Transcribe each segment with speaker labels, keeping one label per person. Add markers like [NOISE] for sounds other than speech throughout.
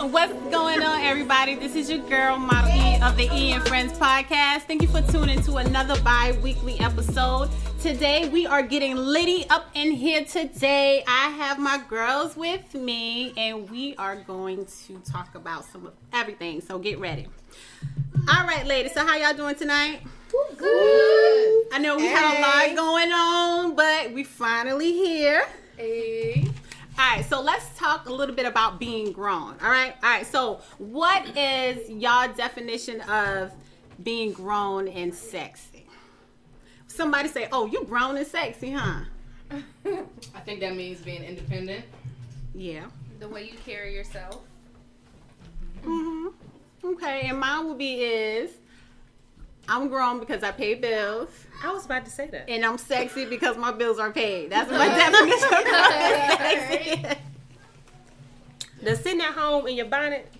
Speaker 1: What's going on, everybody? This is your girl, Molly of the E and Friends podcast. Thank you for tuning to another bi weekly episode. Today, we are getting litty up in here. Today, I have my girls with me, and we are going to talk about some of everything. So, get ready. All right, ladies. So, how y'all doing tonight?
Speaker 2: Good.
Speaker 1: I know we had a lot going on, but we finally here. All right, so let's talk a little bit about being grown. All right, all right. So, what is y'all definition of being grown and sexy? Somebody say, "Oh, you grown and sexy, huh?"
Speaker 3: I think that means being independent.
Speaker 1: Yeah.
Speaker 2: The way you carry yourself.
Speaker 1: Mhm. Okay, and mine would be is I'm grown because I pay bills,
Speaker 4: I was about to say that.
Speaker 1: and I'm sexy because my bills are paid. That's my [LAUGHS] definition of grown and sexy.
Speaker 4: The sitting at home in your bonnet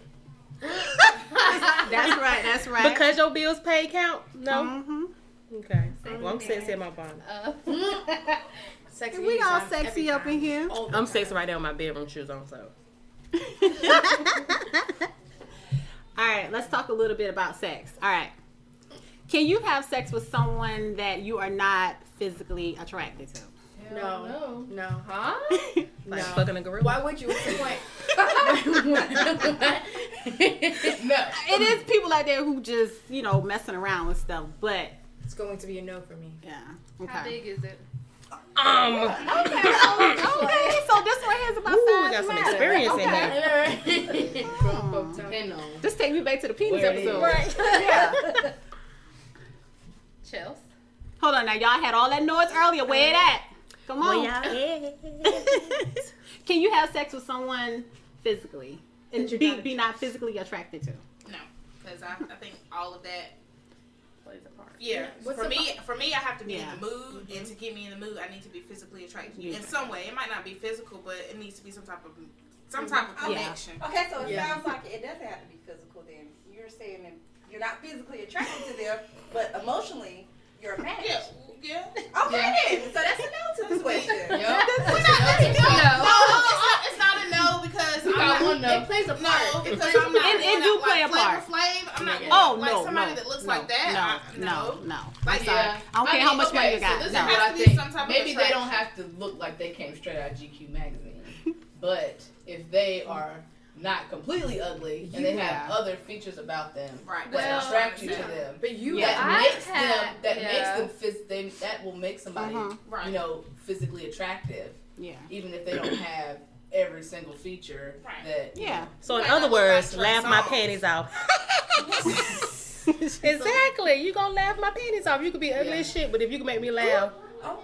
Speaker 1: That's right. That's right.
Speaker 4: because your bills paid count. No.
Speaker 1: Mhm.
Speaker 4: Okay. Well, I'm sexy in my bonnet.
Speaker 2: Uh, sexy.
Speaker 1: we all sexy up in here.
Speaker 4: I'm sexy right now. with My bedroom shoes on. So
Speaker 1: [LAUGHS] All right, let's talk a little bit about sex. All right. Can you have sex with someone that you are not physically attracted to?
Speaker 2: No.
Speaker 3: No.
Speaker 2: No. Huh?
Speaker 4: like
Speaker 2: No.
Speaker 4: fucking a gorilla.
Speaker 2: Why would you? What's the point?
Speaker 3: No.
Speaker 1: It is people out there who just, you know, messing around with stuff, but
Speaker 2: it's going to be a no for me.
Speaker 1: yeah.
Speaker 5: How
Speaker 1: Okay.
Speaker 5: big is it?
Speaker 4: Um.
Speaker 1: Okay, so, okay, so this right here is about
Speaker 4: Ooh, we
Speaker 1: size
Speaker 4: got some
Speaker 1: matter.
Speaker 4: experience in
Speaker 1: Okay.
Speaker 4: here.
Speaker 3: Depend on.
Speaker 1: This take me back to the penis
Speaker 3: Where it
Speaker 1: episode.
Speaker 3: is.
Speaker 2: Right.
Speaker 1: [LAUGHS] Yeah.
Speaker 5: Chills.
Speaker 1: Hold on now, y'all had all that noise earlier. Where it at? Come on. [LAUGHS] Can you have sex with someone physically and
Speaker 2: That you're
Speaker 1: be,
Speaker 2: not
Speaker 1: be not physically attracted to?
Speaker 6: No, because I, I think all of that.
Speaker 5: Plays a part.
Speaker 6: Yeah,
Speaker 2: What's
Speaker 6: for
Speaker 2: the-
Speaker 6: me, for me, I have to be
Speaker 1: Yeah.
Speaker 6: in the mood, and to get me in the mood, I need to be physically attracted
Speaker 1: Yeah.
Speaker 6: in some way. It might not be physical, but it needs to be some type of some type of
Speaker 7: Okay.
Speaker 6: connection.
Speaker 7: Okay, so it
Speaker 2: Yeah.
Speaker 7: sounds like it doesn't have to be physical then. You're saying that you're not physically attracted to them, but emotionally you're a match.
Speaker 6: Yeah, yeah.
Speaker 7: Okay then. So that's a no to this [LAUGHS] question.
Speaker 3: Yep.
Speaker 6: We're not-
Speaker 5: No.
Speaker 6: no,
Speaker 4: Oh,
Speaker 6: it's not, it's not a no because I'm not.
Speaker 3: one
Speaker 5: It plays a part.
Speaker 6: No, because I'm not.
Speaker 1: It- it
Speaker 6: going
Speaker 1: do
Speaker 6: out
Speaker 1: play
Speaker 6: like
Speaker 1: a part.
Speaker 6: Flavor Flav. I'm not. going
Speaker 1: Oh
Speaker 6: out like
Speaker 1: no,
Speaker 6: somebody
Speaker 1: no,
Speaker 6: that looks
Speaker 1: no,
Speaker 6: like that. I-
Speaker 1: No, no, no. I'm
Speaker 6: Like,
Speaker 1: sorry.
Speaker 3: yeah.
Speaker 1: I don't care how
Speaker 3: mean,
Speaker 1: much money
Speaker 3: okay,
Speaker 1: you
Speaker 3: So
Speaker 1: got.
Speaker 3: this
Speaker 1: no.
Speaker 3: is what I
Speaker 6: Has to be
Speaker 3: think.
Speaker 6: some type of
Speaker 3: Maybe they don't
Speaker 6: attraction.
Speaker 3: have to look like they came straight out of
Speaker 1: [LAUGHS]
Speaker 3: GQ magazine, but if they are not completely ugly and they
Speaker 1: Yeah.
Speaker 3: have other features about them
Speaker 6: Right.
Speaker 3: that
Speaker 5: Well,
Speaker 3: attract you to
Speaker 6: yeah.
Speaker 3: them,
Speaker 2: But you.
Speaker 3: that
Speaker 5: I
Speaker 3: makes them
Speaker 5: had-
Speaker 3: that
Speaker 5: yeah.
Speaker 3: makes them phys- they, that will make somebody
Speaker 1: Mhm.
Speaker 6: Right.
Speaker 3: you know physically attractive,
Speaker 1: Yeah.
Speaker 3: even if they
Speaker 1: [CLEARS THROAT]
Speaker 3: don't have every single feature
Speaker 6: Right.
Speaker 3: that you
Speaker 1: Yeah.
Speaker 4: So in
Speaker 6: Like,
Speaker 4: other
Speaker 6: I'm
Speaker 4: words,
Speaker 6: about to
Speaker 4: laugh my
Speaker 6: songs.
Speaker 4: panties off.
Speaker 1: [LAUGHS]
Speaker 4: Exactly. You gonna laugh my panties off. You could be ugly as shit, but if you can make me laugh,
Speaker 7: Oh.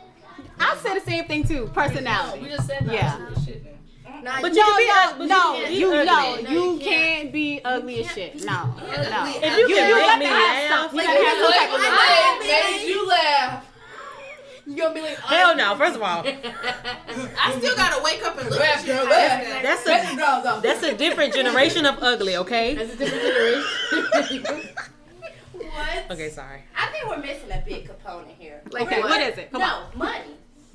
Speaker 1: I say the same thing too.
Speaker 3: We
Speaker 1: Personality.
Speaker 3: just said
Speaker 1: Yeah.
Speaker 3: yeah. shit now.
Speaker 2: Nah,
Speaker 4: but
Speaker 1: No,
Speaker 4: you can be
Speaker 1: no,
Speaker 4: ugly.
Speaker 1: no.
Speaker 4: but
Speaker 1: You
Speaker 4: you can be
Speaker 1: no.
Speaker 4: ugly.
Speaker 5: No,
Speaker 1: You
Speaker 5: you
Speaker 1: can't be ugly as shit. No, no.
Speaker 4: If you
Speaker 1: You
Speaker 4: can
Speaker 1: you
Speaker 4: make
Speaker 1: have
Speaker 4: me
Speaker 1: to have
Speaker 4: laugh,
Speaker 1: something. You gotta have some type of
Speaker 3: Hey,
Speaker 1: love.
Speaker 3: made you laugh.
Speaker 2: you gonna be like.
Speaker 4: hell no. First of all,
Speaker 6: I still gotta wake up and look
Speaker 3: Laugh,
Speaker 6: at you.
Speaker 3: girl,
Speaker 6: and
Speaker 3: laugh.
Speaker 6: say,
Speaker 4: that's
Speaker 3: That's
Speaker 4: a
Speaker 3: the drawers off.
Speaker 4: that's a different generation of ugly. Okay.
Speaker 3: That's a different generation.
Speaker 7: What?
Speaker 4: [LAUGHS] Okay. Sorry.
Speaker 7: I think we're missing a big component here.
Speaker 1: Like Okay, what? what is it? Come
Speaker 7: no, money.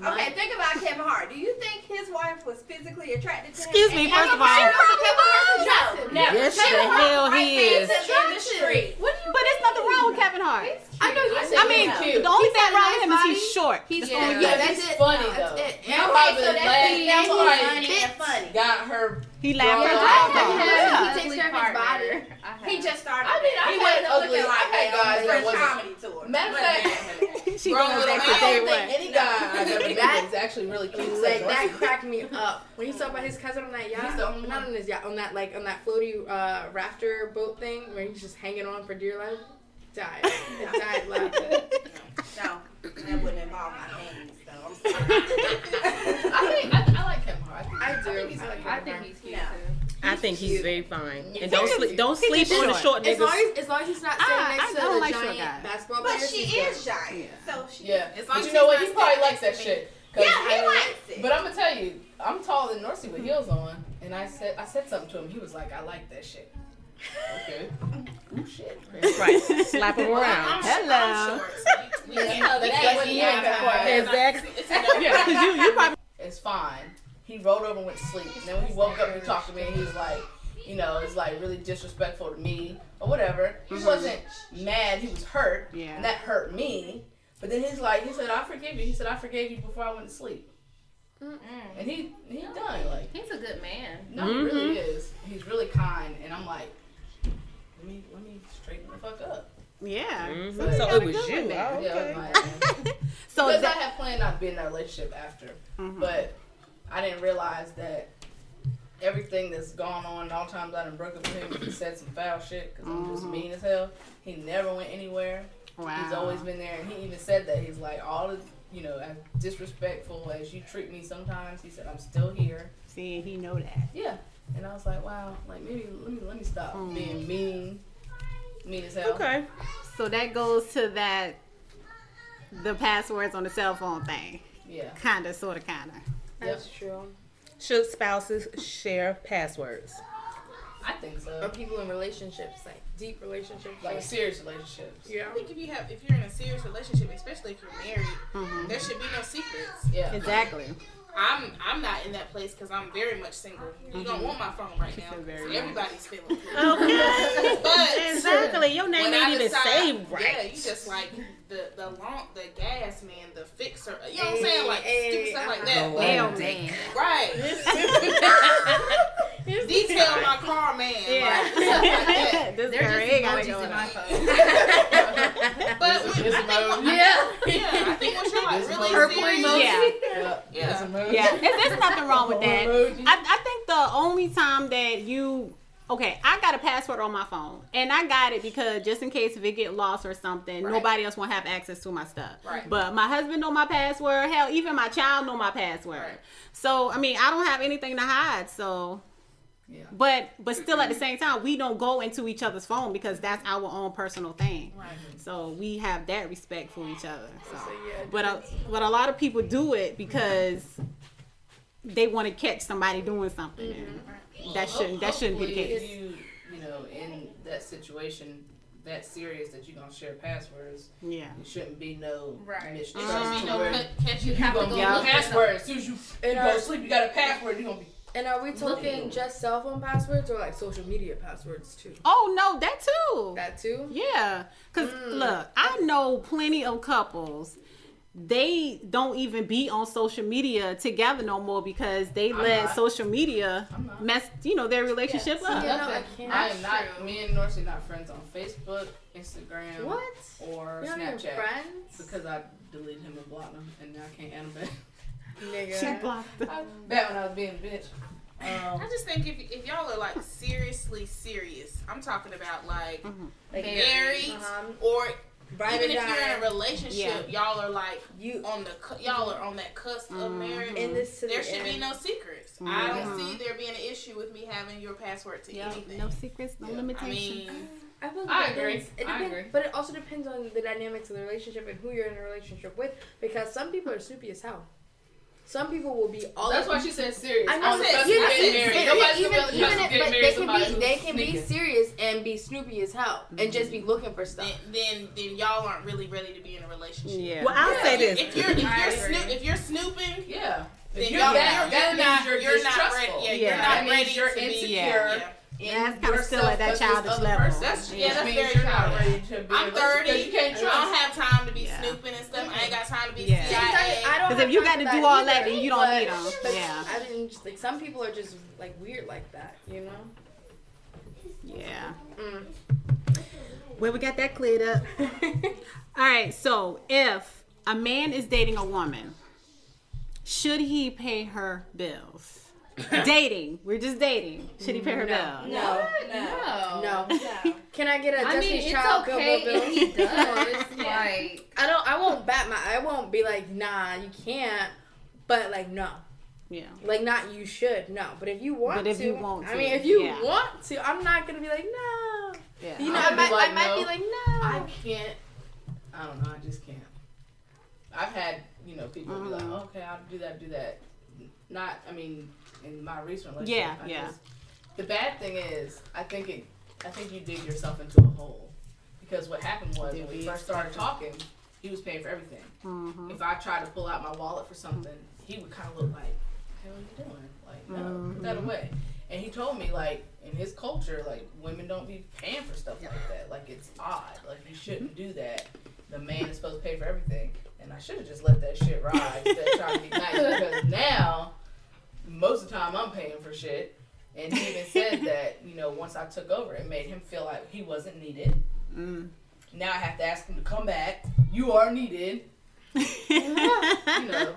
Speaker 7: Okay, think about Kevin Hart. Do you think his wife was physically attracted to him?
Speaker 4: Excuse me. First of all,
Speaker 7: No, never.
Speaker 4: yes, the hell he is.
Speaker 7: industry.
Speaker 1: But there's nothing wrong with Kevin Hart.
Speaker 3: I know you
Speaker 1: I mean, the only thing wrong with him is he's short.
Speaker 5: He's
Speaker 1: That's the only
Speaker 5: yeah,
Speaker 1: thing.
Speaker 3: Oh, that's funny though.
Speaker 7: Okay,
Speaker 3: Y'all probably
Speaker 7: so that's the
Speaker 3: laugh. Y'all
Speaker 7: example
Speaker 3: probably
Speaker 7: of money and funny.
Speaker 3: Got her.
Speaker 1: He laughed her
Speaker 3: Yeah,
Speaker 1: ass
Speaker 3: I
Speaker 1: off.
Speaker 3: have-
Speaker 1: Yeah.
Speaker 5: He takes care of his body. I have.
Speaker 7: He just started.
Speaker 3: I mean, I
Speaker 7: he
Speaker 3: had
Speaker 7: wasn't
Speaker 3: ugly-
Speaker 7: looking
Speaker 3: I
Speaker 7: like
Speaker 3: had guys that
Speaker 7: that on
Speaker 3: wasn't-
Speaker 7: his comedy tour.
Speaker 3: Matter of fact,
Speaker 1: [LAUGHS] She
Speaker 6: Wrong
Speaker 1: going
Speaker 6: with
Speaker 1: back
Speaker 6: him.
Speaker 1: to
Speaker 6: I
Speaker 1: day
Speaker 3: I don't
Speaker 1: one.
Speaker 3: think any guy I've
Speaker 2: [LAUGHS]
Speaker 3: ever dated
Speaker 2: That-
Speaker 3: is actually really cute.
Speaker 2: Like
Speaker 3: except
Speaker 2: that
Speaker 3: Russell.
Speaker 2: cracked me up when he talked about his cousin on that yacht.
Speaker 3: He's the only
Speaker 2: not
Speaker 3: one.
Speaker 2: on his yacht, on that like on that floaty uh, rafter boat thing where he's just hanging on for dear life.
Speaker 3: [LAUGHS]
Speaker 2: Died, died laughing.
Speaker 1: [LAUGHS]
Speaker 7: No, that wouldn't involve my hands, though. I'm
Speaker 2: [LAUGHS]
Speaker 7: sorry.
Speaker 3: I think I, I like Kevin Hart.
Speaker 2: I do.
Speaker 3: think he's
Speaker 2: I like
Speaker 3: like
Speaker 5: I
Speaker 2: Kevin
Speaker 5: think
Speaker 2: Hart.
Speaker 5: he's cute
Speaker 7: No.
Speaker 5: too.
Speaker 4: I think he's
Speaker 2: cute.
Speaker 4: very fine.
Speaker 3: He's
Speaker 4: And don't
Speaker 3: just
Speaker 4: sleep. Don't
Speaker 1: he's
Speaker 4: sleep
Speaker 1: just
Speaker 4: on the
Speaker 1: short.
Speaker 4: short
Speaker 2: As long
Speaker 4: niggas.
Speaker 2: as, as long as he's not
Speaker 3: Ah,
Speaker 2: sitting
Speaker 1: I- I
Speaker 2: next to
Speaker 1: don't
Speaker 2: the
Speaker 1: like short
Speaker 2: giant
Speaker 1: guys.
Speaker 2: basketball player,
Speaker 7: But she is giant, so she.
Speaker 3: Yeah.
Speaker 6: As long
Speaker 3: But
Speaker 6: as
Speaker 3: you know
Speaker 6: he's not
Speaker 3: what? He probably
Speaker 6: standing
Speaker 3: likes that
Speaker 6: next to me.
Speaker 3: shit. 'Cause
Speaker 7: Yeah, he
Speaker 3: I-
Speaker 7: likes it.
Speaker 3: But I'm gonna tell you, I'm taller than Norsey with heels on, and I said I said something to him. He was like, I like that shit.
Speaker 6: Okay.
Speaker 3: Ooh shit. [LAUGHS]
Speaker 1: [LAUGHS]
Speaker 4: That's right. Slap him around.
Speaker 6: I'm,
Speaker 1: Hello.
Speaker 6: I'm short.
Speaker 4: [LAUGHS]
Speaker 6: So we, we can't
Speaker 3: That's
Speaker 6: that
Speaker 3: what
Speaker 6: we
Speaker 3: he
Speaker 6: have
Speaker 3: meant
Speaker 6: that.
Speaker 3: for.
Speaker 4: Exactly.
Speaker 6: It's enough.
Speaker 1: Yeah, because you, you probably.
Speaker 3: It's fine. He rolled over and went to sleep. And then when he woke up, he talked to me, and he was like, you know, it's like really disrespectful to me or whatever. He wasn't mad. He was hurt,
Speaker 1: Yeah.
Speaker 3: and that hurt me. But then he's like, he said, I forgive you. He said, I forgave you before I went to sleep. And he he done like
Speaker 5: He's a good man.
Speaker 3: no, he really is. He's really kind, and I'm like, let me let me straighten the fuck up.
Speaker 1: Yeah.
Speaker 4: Mhm. So it was you. Oh,
Speaker 3: Yeah, I
Speaker 4: okay.
Speaker 3: was like,
Speaker 1: So
Speaker 3: because
Speaker 1: Oh, that,
Speaker 3: I had planned on being in that relationship after,
Speaker 1: Mhm.
Speaker 3: but I didn't realize that everything that's gone on, and all the times I done broke up with him, he said some foul shit because I'm just mean as hell. He never went anywhere.
Speaker 1: wow.
Speaker 3: He's always been there, and he even said that he's like all the you know as disrespectful as you treat me sometimes. He said I'm still here.
Speaker 1: See, he know that.
Speaker 3: Yeah, and I was like, wow, like maybe let me let me stop
Speaker 1: Mm.
Speaker 3: being mean, mean as hell.
Speaker 4: Okay.
Speaker 1: So that goes to that the passwords on the cell phone thing.
Speaker 3: Yeah.
Speaker 1: Kinda, sorta, kinda.
Speaker 2: That's true.
Speaker 4: Should spouses share passwords?
Speaker 3: I think
Speaker 2: Or
Speaker 3: so.
Speaker 2: people in relationships, like deep relationships.
Speaker 3: Like serious relationships.
Speaker 2: yeah.
Speaker 6: I think if you have, if you're in a serious relationship, especially if you're married,
Speaker 4: Mm-hmm.
Speaker 6: there should be no secrets.
Speaker 3: Yeah.
Speaker 1: Exactly.
Speaker 6: I'm I'm not in that place because I'm very much single. You
Speaker 4: Mm-hmm.
Speaker 6: don't want my phone right now.
Speaker 1: said very
Speaker 6: 'cause
Speaker 1: much.
Speaker 6: everybody's feeling. it.
Speaker 1: [LAUGHS]
Speaker 4: Okay.
Speaker 6: But
Speaker 4: Exactly. Your name
Speaker 6: when
Speaker 4: ain't
Speaker 6: I
Speaker 4: even
Speaker 6: decide-
Speaker 4: saved
Speaker 6: Yeah,
Speaker 4: right.
Speaker 6: you just like the the long, the gas man, the fixer. You know what
Speaker 2: Eh,
Speaker 6: I'm saying? Like
Speaker 2: Hey,
Speaker 6: stupid stuff like that.
Speaker 4: Go
Speaker 1: Hell
Speaker 4: on.
Speaker 1: [LAUGHS]
Speaker 4: [LAUGHS]
Speaker 1: man.
Speaker 6: But- right. Detail my car, man. Like,
Speaker 2: [LAUGHS]
Speaker 6: stuff like that.
Speaker 1: Yeah. [LAUGHS] this
Speaker 5: They're
Speaker 1: girl
Speaker 5: just
Speaker 1: ain't got it
Speaker 5: emojis in
Speaker 1: going
Speaker 5: my
Speaker 1: on.
Speaker 5: phone.
Speaker 6: But
Speaker 3: [LAUGHS]
Speaker 6: when,
Speaker 3: This
Speaker 6: I think,
Speaker 3: emoji.
Speaker 5: [LAUGHS] Yeah.
Speaker 6: yeah, I think once you're like
Speaker 3: This
Speaker 6: really
Speaker 5: Purple
Speaker 6: serious,
Speaker 5: emoji.
Speaker 1: Yeah.
Speaker 3: Yeah.
Speaker 6: Yeah.
Speaker 1: Yeah, there's, there's nothing wrong with that.
Speaker 3: Emoji.
Speaker 1: I, I think the only time that you okay, I got a password on my phone, and I got it because just in case if it get lost or something,
Speaker 6: Right.
Speaker 1: nobody else won't have access to my stuff.
Speaker 6: Right.
Speaker 1: But my husband know my password. Hell, even my child know my password.
Speaker 6: Right.
Speaker 1: So I mean, I don't have anything to hide. So.
Speaker 3: Yeah.
Speaker 1: But but still at the same time we don't go into each other's phone because that's our own personal thing.
Speaker 6: Right.
Speaker 1: So we have that respect for each other. So,
Speaker 2: yeah,
Speaker 1: but a, but a lot of people do it because they want to catch somebody doing something. and That shouldn't that shouldn't be the
Speaker 3: Mm-hmm. Hopefully,
Speaker 1: case.
Speaker 3: If you, you know, in that situation, that serious that you're gonna share passwords,
Speaker 1: Yeah.
Speaker 3: it shouldn't be no
Speaker 5: Right.
Speaker 3: mistrust.
Speaker 6: It should be no
Speaker 3: where
Speaker 6: cut, catch
Speaker 3: You
Speaker 6: you.
Speaker 3: have
Speaker 5: have
Speaker 3: to
Speaker 5: to
Speaker 3: go
Speaker 5: go
Speaker 1: look it up.
Speaker 3: password as soon as you, you go to sleep. You got a password. You're gonna be
Speaker 2: And are we talking just cell phone passwords or like social media passwords too?
Speaker 1: Oh no, that too.
Speaker 2: That too?
Speaker 1: Yeah, cause look, I know plenty of couples. They don't even be on social media together no more because they
Speaker 3: I'm
Speaker 1: let
Speaker 3: not.
Speaker 1: social media
Speaker 3: I'm not.
Speaker 1: mess, you know, their relationship up.
Speaker 2: Yeah, no, I
Speaker 3: nothing.
Speaker 2: can't.
Speaker 3: I
Speaker 5: That's
Speaker 3: am not.
Speaker 5: true.
Speaker 3: Me and Norsey not friends on Facebook, Instagram,
Speaker 2: What?
Speaker 3: or
Speaker 2: You're not even
Speaker 3: Snapchat
Speaker 2: friends?
Speaker 3: because I deleted him and blocked him, and now I can't add him back.
Speaker 2: Nigga.
Speaker 1: She blocked them.
Speaker 3: I bet when I was being a bitch. Um,
Speaker 6: I just think if, if y'all are like seriously serious, I'm talking about like
Speaker 2: Like,
Speaker 6: married
Speaker 2: um,
Speaker 6: or
Speaker 2: ride
Speaker 6: even
Speaker 2: or
Speaker 6: if you're in
Speaker 2: die.
Speaker 6: a relationship, y'all are like
Speaker 2: You
Speaker 6: on the cu- y'all are on that cusp of marriage.
Speaker 2: in this to
Speaker 6: there
Speaker 2: the
Speaker 6: should be
Speaker 2: end.
Speaker 6: no secrets. I don't see there being an issue with me having your password to
Speaker 1: Yeah,
Speaker 6: anything.
Speaker 1: no secrets, no
Speaker 3: Yeah, I
Speaker 6: I
Speaker 1: limitations.
Speaker 6: mean,
Speaker 2: I, feel like
Speaker 3: I
Speaker 2: it
Speaker 3: agree.
Speaker 2: depends- It
Speaker 3: I
Speaker 2: depends,
Speaker 3: agree.
Speaker 2: But it also depends on the dynamics of the relationship and who you're in a relationship with because some people are snoopy as hell. Some people will be all
Speaker 3: That's why she said serious.
Speaker 2: I
Speaker 3: On
Speaker 2: know
Speaker 3: the
Speaker 6: said-
Speaker 3: cusp
Speaker 2: that
Speaker 3: of
Speaker 6: you
Speaker 2: even,
Speaker 6: know,
Speaker 3: getting
Speaker 6: said
Speaker 2: even,
Speaker 6: serious.
Speaker 3: married. Nobody's
Speaker 2: even,
Speaker 3: gonna be on the
Speaker 2: even
Speaker 3: cusp of getting
Speaker 2: if, but
Speaker 3: married
Speaker 2: they
Speaker 3: to
Speaker 2: can
Speaker 3: somebody
Speaker 2: be
Speaker 3: who's
Speaker 2: they can be
Speaker 3: sneaking.
Speaker 2: serious and be snoopy as hell and just
Speaker 1: Mm-hmm.
Speaker 2: be looking for
Speaker 6: then,
Speaker 2: stuff.
Speaker 6: then then y'all aren't really ready to be in a relationship.
Speaker 1: Yeah.
Speaker 4: Well, I'll say this.
Speaker 6: If you're if
Speaker 5: I
Speaker 6: you're,
Speaker 5: agree.
Speaker 6: snoop, if you're snooping,
Speaker 3: Yeah.
Speaker 6: then
Speaker 3: If
Speaker 6: you're,
Speaker 3: you're
Speaker 6: y'all,
Speaker 3: that,
Speaker 6: you're,
Speaker 3: that
Speaker 6: you're
Speaker 3: means
Speaker 6: not
Speaker 3: you're,
Speaker 6: you're not ready.
Speaker 3: distrustful.
Speaker 6: Yeah,
Speaker 1: Yeah.
Speaker 6: you're not
Speaker 1: That
Speaker 3: means
Speaker 6: ready
Speaker 3: you're
Speaker 6: to be.
Speaker 3: insecure.
Speaker 6: yeah.
Speaker 3: in
Speaker 1: That's kinda
Speaker 3: yourself
Speaker 1: still at that
Speaker 3: versus this
Speaker 1: childish
Speaker 3: other
Speaker 1: level.
Speaker 3: person.
Speaker 6: That's yeah, that's
Speaker 3: Means
Speaker 6: very
Speaker 3: you're not
Speaker 6: childish.
Speaker 3: ready to be
Speaker 6: I'm 30.
Speaker 3: Because you can't
Speaker 6: I don't
Speaker 3: trust.
Speaker 6: have time to be
Speaker 1: Yeah.
Speaker 6: snooping and stuff. I ain't got time to be
Speaker 1: Yeah.
Speaker 6: CIA.
Speaker 1: Because if you got to do all that, then you don't need them. Yeah,
Speaker 2: I mean, just, like some people are just like weird like that, you know.
Speaker 1: yeah.
Speaker 2: Mm.
Speaker 1: Well, we got that cleared up. All right. So, if a man is dating a woman, should he pay her bills? dating. We're just dating. Should he pay her bills?
Speaker 2: [LAUGHS] No,
Speaker 5: No.
Speaker 2: no. Can I get a
Speaker 5: I mean,
Speaker 2: Destiny's
Speaker 5: it's
Speaker 2: Child
Speaker 5: okay
Speaker 2: Go Go
Speaker 5: if
Speaker 2: Bill? [LAUGHS]
Speaker 5: he does. Like,
Speaker 2: I don't. I won't bat my. I won't be like, nah, you can't. But like, no.
Speaker 1: Yeah.
Speaker 2: Like, not you should. No. But if you want
Speaker 1: But if
Speaker 2: to,
Speaker 1: you want
Speaker 2: I
Speaker 1: to,
Speaker 2: mean, if you
Speaker 1: yeah.
Speaker 2: want to, I'm not gonna be like, no.
Speaker 1: Yeah.
Speaker 2: You know,
Speaker 3: I'd
Speaker 2: I
Speaker 3: be
Speaker 2: might,
Speaker 3: like,
Speaker 2: I might
Speaker 3: no.
Speaker 2: be like, no.
Speaker 1: Oh.
Speaker 3: I can't. I
Speaker 1: Mm-hmm.
Speaker 3: don't know. I just can't. I've had you know people be like, okay, I'll do that, do that, not. I mean, in my recent relationship.
Speaker 1: Yeah,
Speaker 3: I
Speaker 1: yeah.
Speaker 3: just- the bad thing is, I think it. I think you dig yourself into a hole because what happened was when we first started talking, he was paying for everything.
Speaker 1: Mhm.
Speaker 3: If I tried to pull out my wallet for something, he would kind of look like, "Okay, what are you doing? Like, no,
Speaker 1: Mm-hmm.
Speaker 3: put that away." And he told me like in his culture, like women don't be paying for stuff like that. Like it's odd. Like you shouldn't do that. The man is supposed to pay for everything. And I should have just let that shit ride instead of trying to
Speaker 1: [LAUGHS]
Speaker 3: be nice because now most of the time I'm paying for shit. And he even
Speaker 1: [LAUGHS]
Speaker 3: said that, you know, once I took over, it made him feel like he wasn't needed.
Speaker 1: Mm.
Speaker 3: Now I have to ask him to come back. You are needed. You know,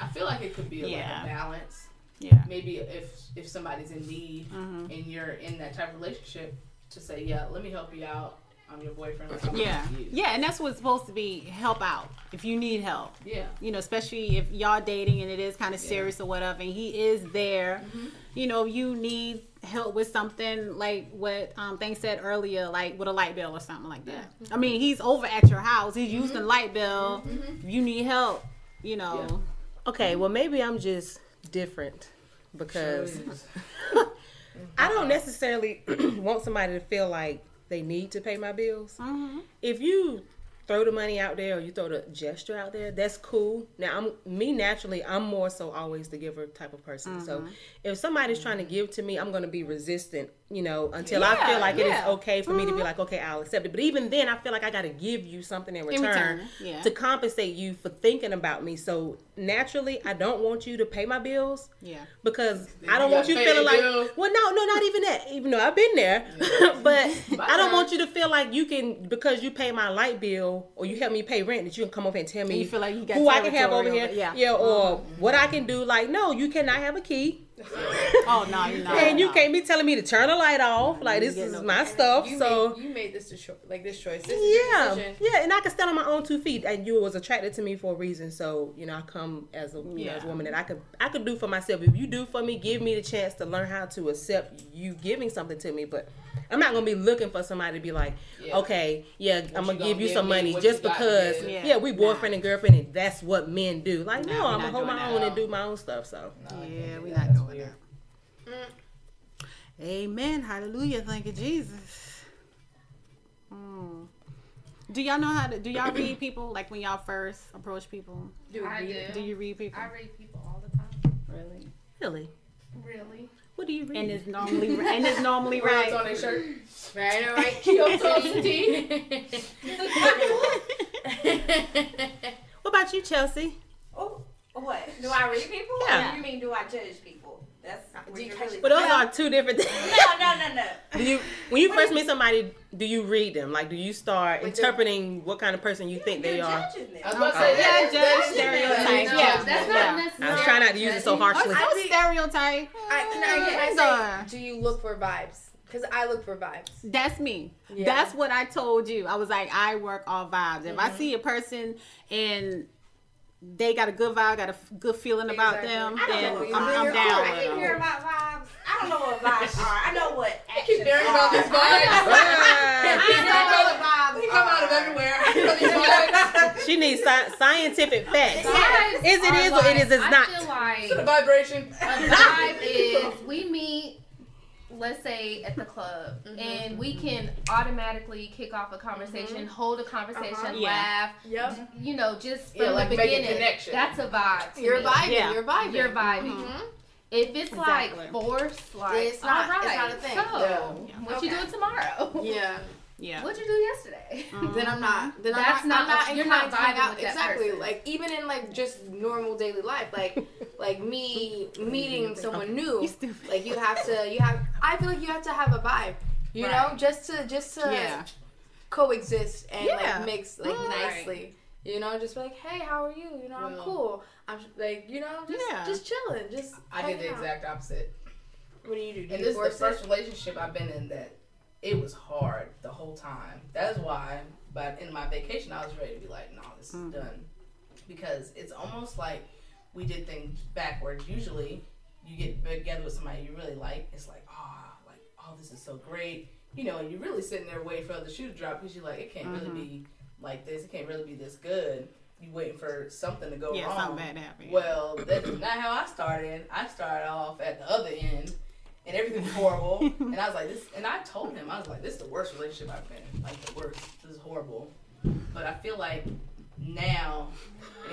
Speaker 3: I feel like it could be like,
Speaker 1: Yeah.
Speaker 3: a balance.
Speaker 1: Yeah.
Speaker 3: Maybe if if somebody's in need
Speaker 1: Mhm.
Speaker 3: and you're in that type of relationship, to say, yeah, let me help you out. I'm your boyfriend. Like,
Speaker 1: [LAUGHS]
Speaker 3: I'm
Speaker 1: Yeah.
Speaker 3: with you.
Speaker 1: Yeah, and that's what's supposed to be help out if you need help.
Speaker 3: Yeah.
Speaker 1: You know, especially if y'all dating and it is kind of serious or whatever, and he is there.
Speaker 4: Mm-hmm.
Speaker 1: You know, you need help with something like what um thing said earlier, like with a light bill or something like that. I mean, he's over at your house. He's using
Speaker 4: Mm-hmm.
Speaker 1: light bill. You need help. You know.
Speaker 3: Yeah.
Speaker 4: Okay, well maybe I'm just different
Speaker 3: Sure
Speaker 4: because
Speaker 3: is.
Speaker 1: [LAUGHS]
Speaker 4: I don't necessarily [CLEARS THROAT] want somebody to feel like they need to pay my bills.
Speaker 1: Mhm.
Speaker 3: [LAUGHS]
Speaker 4: If you [LAUGHS] throw the money out there or you throw the gesture out there, that's cool. Now I'm me naturally, I'm more so always the giver type of person. So if somebody's trying to give to me, I'm gonna be resistant, you know, until I
Speaker 5: Yeah,
Speaker 4: feel like it
Speaker 5: yeah.
Speaker 4: is okay for me to be like, okay, I'll accept it. But even then I feel like I gotta give you something in return,
Speaker 1: return, yeah.
Speaker 4: to compensate you for thinking about me. So naturally I don't want you to pay my bills
Speaker 1: Yeah.
Speaker 4: because
Speaker 3: Then
Speaker 4: I don't
Speaker 3: you
Speaker 4: want
Speaker 3: got
Speaker 4: you feeling like,
Speaker 3: paid bills.
Speaker 4: well, no, no, not even that. Even though I've been there, [LAUGHS] but I
Speaker 3: Bye.
Speaker 4: don't want you to feel like you can because you pay my light bill or you help me pay rent that you can come over and tell me
Speaker 1: You feel like you got
Speaker 4: who I can have
Speaker 1: territory
Speaker 4: over here,
Speaker 1: over- yeah. Uh-huh.
Speaker 4: or what I can do. Like, no, you cannot have a key,
Speaker 1: Oh no, you're not.
Speaker 4: [LAUGHS] and you
Speaker 1: no.
Speaker 4: can't be telling me to turn the light off. Like, this
Speaker 1: you get
Speaker 4: is
Speaker 1: no-
Speaker 4: my stuff.
Speaker 2: you
Speaker 4: So.
Speaker 2: made, you made this cho- like this choice. This is your
Speaker 4: yeah,
Speaker 2: decision.
Speaker 4: yeah, and I can stand on my own two feet. And you was attracted to me for a reason, so you know I come as a you know, as
Speaker 1: Yeah.
Speaker 4: a woman that I could I could do for myself. If you do for me, give me the chance to learn how to accept you giving something to me. But I'm not gonna be looking for somebody to be like,
Speaker 3: Yeah.
Speaker 4: okay, yeah, I'm
Speaker 3: you
Speaker 4: gonna
Speaker 3: gonna
Speaker 4: give you
Speaker 3: give
Speaker 4: some
Speaker 3: me?
Speaker 4: money
Speaker 3: What
Speaker 4: just
Speaker 3: you got to
Speaker 4: because
Speaker 3: give?
Speaker 4: yeah,
Speaker 1: Yeah.
Speaker 4: we
Speaker 1: Nah.
Speaker 4: boyfriend and girlfriend, and that's what men do. Like
Speaker 1: Nah,
Speaker 4: no,
Speaker 1: we're not
Speaker 4: I'm gonna hold
Speaker 1: doing
Speaker 4: my
Speaker 1: that.
Speaker 4: own and do my own stuff. So
Speaker 3: No, I
Speaker 1: Oh,
Speaker 3: can't
Speaker 1: Yeah,
Speaker 3: do
Speaker 1: we
Speaker 3: that.
Speaker 1: not
Speaker 3: That's
Speaker 1: doing
Speaker 3: weird.
Speaker 1: Amen. Hallelujah. Thank you, Jesus. Mm. Do y'all know how to? Do y'all read people like when y'all first approach people?
Speaker 2: Dude,
Speaker 5: I
Speaker 2: we-
Speaker 5: do.
Speaker 1: Do you read people?
Speaker 5: I read people all the time.
Speaker 1: Really?
Speaker 4: really,
Speaker 5: Really?
Speaker 4: what do you read? [LAUGHS]
Speaker 1: And it's normally and [LAUGHS] it's normally
Speaker 3: Right. on
Speaker 1: right.
Speaker 3: their shirt.
Speaker 2: Right, all [LAUGHS] right. Kyoto City.
Speaker 4: what about you, Chelsea?
Speaker 7: Oh, what? Do I read people?
Speaker 4: Yeah.
Speaker 7: Or you mean do I judge people? That's do you really?
Speaker 4: Well, those are two
Speaker 7: [LAUGHS]
Speaker 4: different things.
Speaker 7: no, no, no, no.
Speaker 4: Do you, when you first meet somebody, do you read them? Like, do you start interpreting what kind of person you think they
Speaker 7: You're
Speaker 4: are?
Speaker 7: judging them.
Speaker 3: I was about to
Speaker 1: Yeah,
Speaker 3: say that.
Speaker 1: judge
Speaker 3: that's-
Speaker 1: stereotypes.
Speaker 5: No,
Speaker 1: Yeah,
Speaker 5: that's not
Speaker 1: yeah.
Speaker 5: necessary.
Speaker 4: I was trying not to use it so harshly.
Speaker 1: Oh, so stereotype.
Speaker 2: I, can I, can I
Speaker 1: Hands
Speaker 2: say,
Speaker 1: on.
Speaker 2: do you look for vibes? Because I look for vibes.
Speaker 1: That's me.
Speaker 2: Yeah.
Speaker 1: That's what I told you. I was like, I work all vibes. If I see a person and they got a good vibe, got a f- good feeling about
Speaker 2: Exactly.
Speaker 1: them,
Speaker 7: I don't
Speaker 1: then
Speaker 7: know
Speaker 1: I'm,
Speaker 7: what
Speaker 1: I'm
Speaker 7: you're-
Speaker 1: down
Speaker 7: I keep
Speaker 1: with
Speaker 7: hearing
Speaker 1: them.
Speaker 7: about vibes. I don't know what vibes are. I know what actions
Speaker 3: Keep hearing about
Speaker 2: [LAUGHS]
Speaker 3: these
Speaker 7: are.
Speaker 3: vibes.
Speaker 7: I know what vibes
Speaker 3: They come out of
Speaker 7: are.
Speaker 3: everywhere. I know these vibes.
Speaker 4: she needs sci- scientific facts.
Speaker 5: Vibes
Speaker 4: Is it
Speaker 5: are
Speaker 4: is or it
Speaker 5: like-
Speaker 4: is it's
Speaker 5: I
Speaker 4: not.
Speaker 5: feel like
Speaker 3: [LAUGHS]
Speaker 1: [LAUGHS]
Speaker 3: The vibration.
Speaker 5: a vibe is we meet, let's say at the club, and we can automatically kick off a conversation, hold a conversation,
Speaker 2: Uh-huh.
Speaker 1: Yeah.
Speaker 5: laugh,
Speaker 2: Yep.
Speaker 5: you know, just from
Speaker 3: Yeah, like
Speaker 5: the
Speaker 3: make a
Speaker 5: beginning.
Speaker 3: connection.
Speaker 5: That's a vibe. to
Speaker 2: You're
Speaker 5: me.
Speaker 2: vibing.
Speaker 1: Yeah.
Speaker 2: You're vibing. Mm-hmm.
Speaker 5: You're vibing. If it's
Speaker 1: Exactly.
Speaker 5: like forced, like
Speaker 2: It's not-
Speaker 5: all
Speaker 2: it's
Speaker 5: right,
Speaker 2: not a thing.
Speaker 5: So, what you
Speaker 2: Okay.
Speaker 5: doing tomorrow? [LAUGHS]
Speaker 2: Yeah. Mm-hmm.
Speaker 1: Yeah.
Speaker 5: What you do yesterday?
Speaker 2: Then I'm not. Then
Speaker 5: That's
Speaker 2: I'm
Speaker 5: not
Speaker 2: not. I'm
Speaker 5: a-
Speaker 2: not
Speaker 5: you're not
Speaker 2: inclined to hang
Speaker 5: vibing
Speaker 2: out.
Speaker 5: with that
Speaker 2: exactly.
Speaker 5: person.
Speaker 2: Like even in like just normal daily life, like like me meeting someone new.
Speaker 1: You [LAUGHS] stupid.
Speaker 2: [LAUGHS] Like you have to. You have. I feel like you have to have a vibe. You know,
Speaker 5: Right.
Speaker 2: just to just to
Speaker 1: Yeah.
Speaker 2: coexist and
Speaker 1: Yeah.
Speaker 2: like mix like
Speaker 1: Mm.
Speaker 2: nicely. You know, just be like, hey, how are you? You know, I'm
Speaker 3: Well.
Speaker 2: cool. I'm j- like, you know, just
Speaker 1: Yeah.
Speaker 2: just chilling. Just
Speaker 3: I did the
Speaker 2: hanging out.
Speaker 3: exact opposite.
Speaker 2: What do you do? Do
Speaker 3: And
Speaker 2: you
Speaker 3: this is the
Speaker 2: force
Speaker 3: first
Speaker 2: it?
Speaker 3: relationship I've been in that it was hard the whole time. That's why, but in my vacation, I was ready to be like, "No, this is
Speaker 1: Hmm.
Speaker 3: done," because it's almost like we did things backwards. Usually, you get together with somebody you really like. It's like, "Ah, like, oh, this is so great," you know, and you're
Speaker 1: Mm-hmm.
Speaker 3: really sitting there waiting for the shoe to drop because you're like, "It can't really be like this. It can't really be this good." you waiting for something to go
Speaker 1: Yeah,
Speaker 3: wrong.
Speaker 1: something bad happened.
Speaker 3: um, Well, that's not how I started. I started off at the other end, and everything was horrible.
Speaker 1: [LAUGHS]
Speaker 3: and I was like, this. And I told him, I was like, this is the worst relationship I've been in. Like the worst. This is horrible. But I feel like now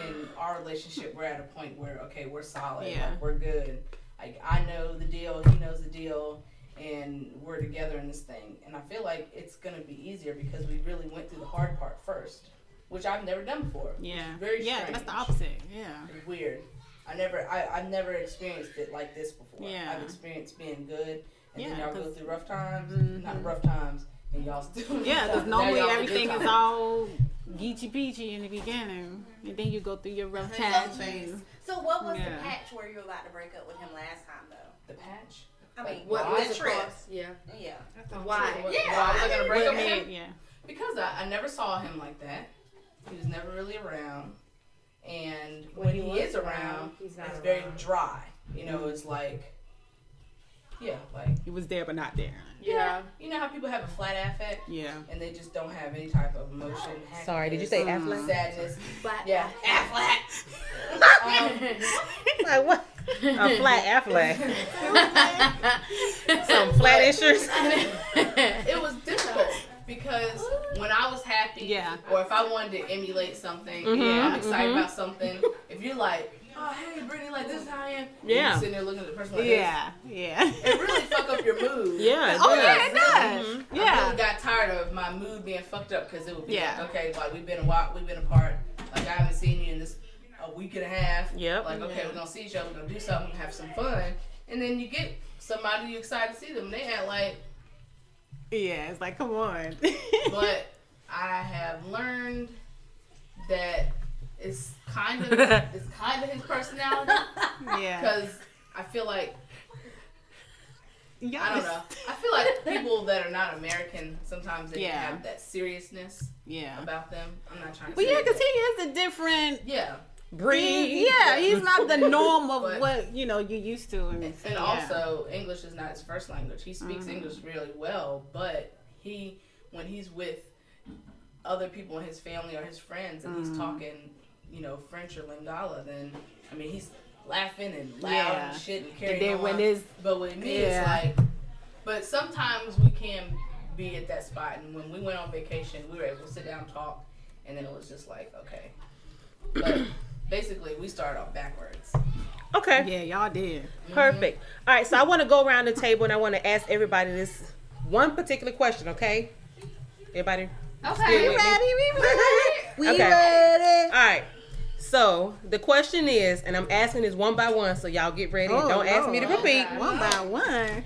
Speaker 3: in our relationship, we're at a point where okay, we're solid.
Speaker 1: Yeah.
Speaker 3: Like, we're good. Like I know the deal. He knows the deal. And we're together in this thing, and I feel like it's gonna be easier because we really went through the hard part first, which I've never done before.
Speaker 1: Yeah.
Speaker 3: Very
Speaker 1: yeah,
Speaker 3: strange.
Speaker 1: that's the opposite. Yeah.
Speaker 3: It's weird. I never, I, I've never experienced it like this before.
Speaker 1: Yeah.
Speaker 3: I've experienced being good, and then
Speaker 1: Yeah,
Speaker 3: y'all go
Speaker 1: 'cause- Mm-hmm.
Speaker 3: through rough times, not rough times, and y'all still.
Speaker 1: Yeah, because
Speaker 3: [LAUGHS] now y'all
Speaker 1: normally
Speaker 3: the good
Speaker 1: everything is
Speaker 3: times.
Speaker 1: all geechy peachy in the beginning, and then you go through your rough patch. and-
Speaker 7: So what was
Speaker 1: Yeah.
Speaker 7: the patch where you were about to break up with him last time though?
Speaker 3: the patch.
Speaker 7: I mean,
Speaker 3: What
Speaker 7: on
Speaker 3: was
Speaker 7: the
Speaker 3: it
Speaker 7: trip.
Speaker 2: Yeah.
Speaker 7: Yeah.
Speaker 2: Why?
Speaker 3: What-
Speaker 7: Yeah,
Speaker 3: why was I
Speaker 7: I
Speaker 3: gonna
Speaker 7: didn't
Speaker 3: break up with
Speaker 1: Yeah,
Speaker 3: him?
Speaker 1: yeah.
Speaker 3: Because I, I never saw him like that. He was never really around, and when, he,
Speaker 2: was
Speaker 3: is around,
Speaker 2: he's not
Speaker 3: it's
Speaker 2: around.
Speaker 3: very dry. You know, it's like, yeah, like
Speaker 1: It was there but not there.
Speaker 2: Yeah.
Speaker 3: you know how people have a flat affect.
Speaker 1: Yeah.
Speaker 3: and they just don't have any type of emotion.
Speaker 4: Sorry, did you say
Speaker 3: happiness,
Speaker 4: Affleck?
Speaker 3: Sadness.
Speaker 2: But
Speaker 5: [LAUGHS]
Speaker 3: Yeah, [LAUGHS] Affleck.
Speaker 4: [LAUGHS] Like what? A flat [LAUGHS] Affleck. Some flat [LAUGHS] insurance.
Speaker 3: it was difficult because when I was happy,
Speaker 1: Yeah.
Speaker 3: or if I wanted to emulate something, yeah, I'm excited about something. If you're like, oh hey, Brittany, like this is how I am. and
Speaker 1: Yeah.
Speaker 3: You're sitting there looking at the person like yeah.
Speaker 1: Yeah. Yeah.
Speaker 3: this. It really fuck up your mood.
Speaker 4: Yeah.
Speaker 1: oh [LAUGHS]
Speaker 4: it
Speaker 1: yeah,
Speaker 4: does.
Speaker 1: it does.
Speaker 3: I
Speaker 1: Yeah.
Speaker 3: really got tired of my mood being fucked up because it would be
Speaker 1: Yeah.
Speaker 3: like, okay, like we've been a while, we've been apart. Like I haven't seen you in this a week and a half.
Speaker 4: Yep.
Speaker 3: Like okay, we're gonna see each other, we're gonna do something, have some fun, and then you get somebody you excited to see them. and They act like,
Speaker 1: Yeah. It's like, come on. [LAUGHS]
Speaker 3: but I have learned that it's kind
Speaker 1: [LAUGHS]
Speaker 3: of it's kind of his personality
Speaker 1: yeah.
Speaker 3: because I feel like
Speaker 1: Y'all
Speaker 3: I don't
Speaker 1: just- [LAUGHS]
Speaker 3: know. I feel like people that are not American sometimes they
Speaker 1: Yeah.
Speaker 3: have that seriousness
Speaker 1: Yeah.
Speaker 3: about them. I'm not trying to.
Speaker 1: But
Speaker 3: say
Speaker 1: yeah,
Speaker 3: that.
Speaker 1: because he is a different.
Speaker 3: Yeah,
Speaker 4: Breathe.
Speaker 1: He's, yeah, he's not the norm of
Speaker 3: [LAUGHS] But-
Speaker 1: what you know you used to. And,
Speaker 3: and
Speaker 1: yeah. Mm-hmm.
Speaker 3: also English is not his first language. He speaks English really well, but he when he's with other people in his family or his friends and
Speaker 1: Mm-hmm.
Speaker 3: he's talking, you know, French or Lingala, then I mean he's laughing and loud
Speaker 1: Yeah.
Speaker 3: and shit and
Speaker 1: and
Speaker 3: carrying
Speaker 1: then
Speaker 3: on.
Speaker 1: when it's
Speaker 3: but with me,
Speaker 1: yeah.
Speaker 3: it's like. But sometimes we can be at that spot, and when we went on vacation, we were able to sit down and talk, and then it was just like okay. But
Speaker 4: [COUGHS]
Speaker 3: basically, we started off backwards.
Speaker 4: Okay.
Speaker 1: yeah, y'all did.
Speaker 4: Perfect. All right, so I want to go around the table and I want to ask everybody this one particular question, okay? Everybody?
Speaker 5: [LAUGHS] Okay.
Speaker 4: [LAUGHS] We ready. We All right. So the question is, and I'm asking this one by one, so y'all get ready. and
Speaker 1: Oh,
Speaker 4: don't ask me to
Speaker 1: Lord.
Speaker 4: repeat.
Speaker 1: One by one.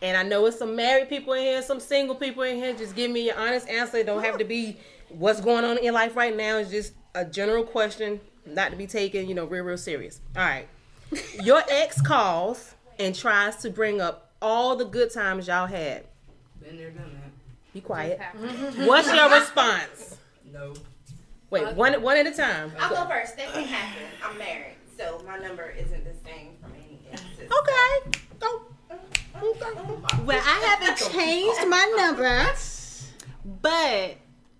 Speaker 4: And I know it's some married people in here, some single people in here. Just give me your honest answer. It don't have to be what's going on in your life right now. It's just a general question, not to be taken, you know, real, real serious. All right. Your ex calls and tries to bring up all the good times y'all had.
Speaker 3: Been there, done that.
Speaker 4: Be quiet. What's your response?
Speaker 3: No.
Speaker 4: Wait, one one at a time.
Speaker 7: I'll go first. That didn't happen. I'm married, so my number isn't the same from any exes.
Speaker 4: Okay. Go.
Speaker 1: Well, I haven't changed my number, but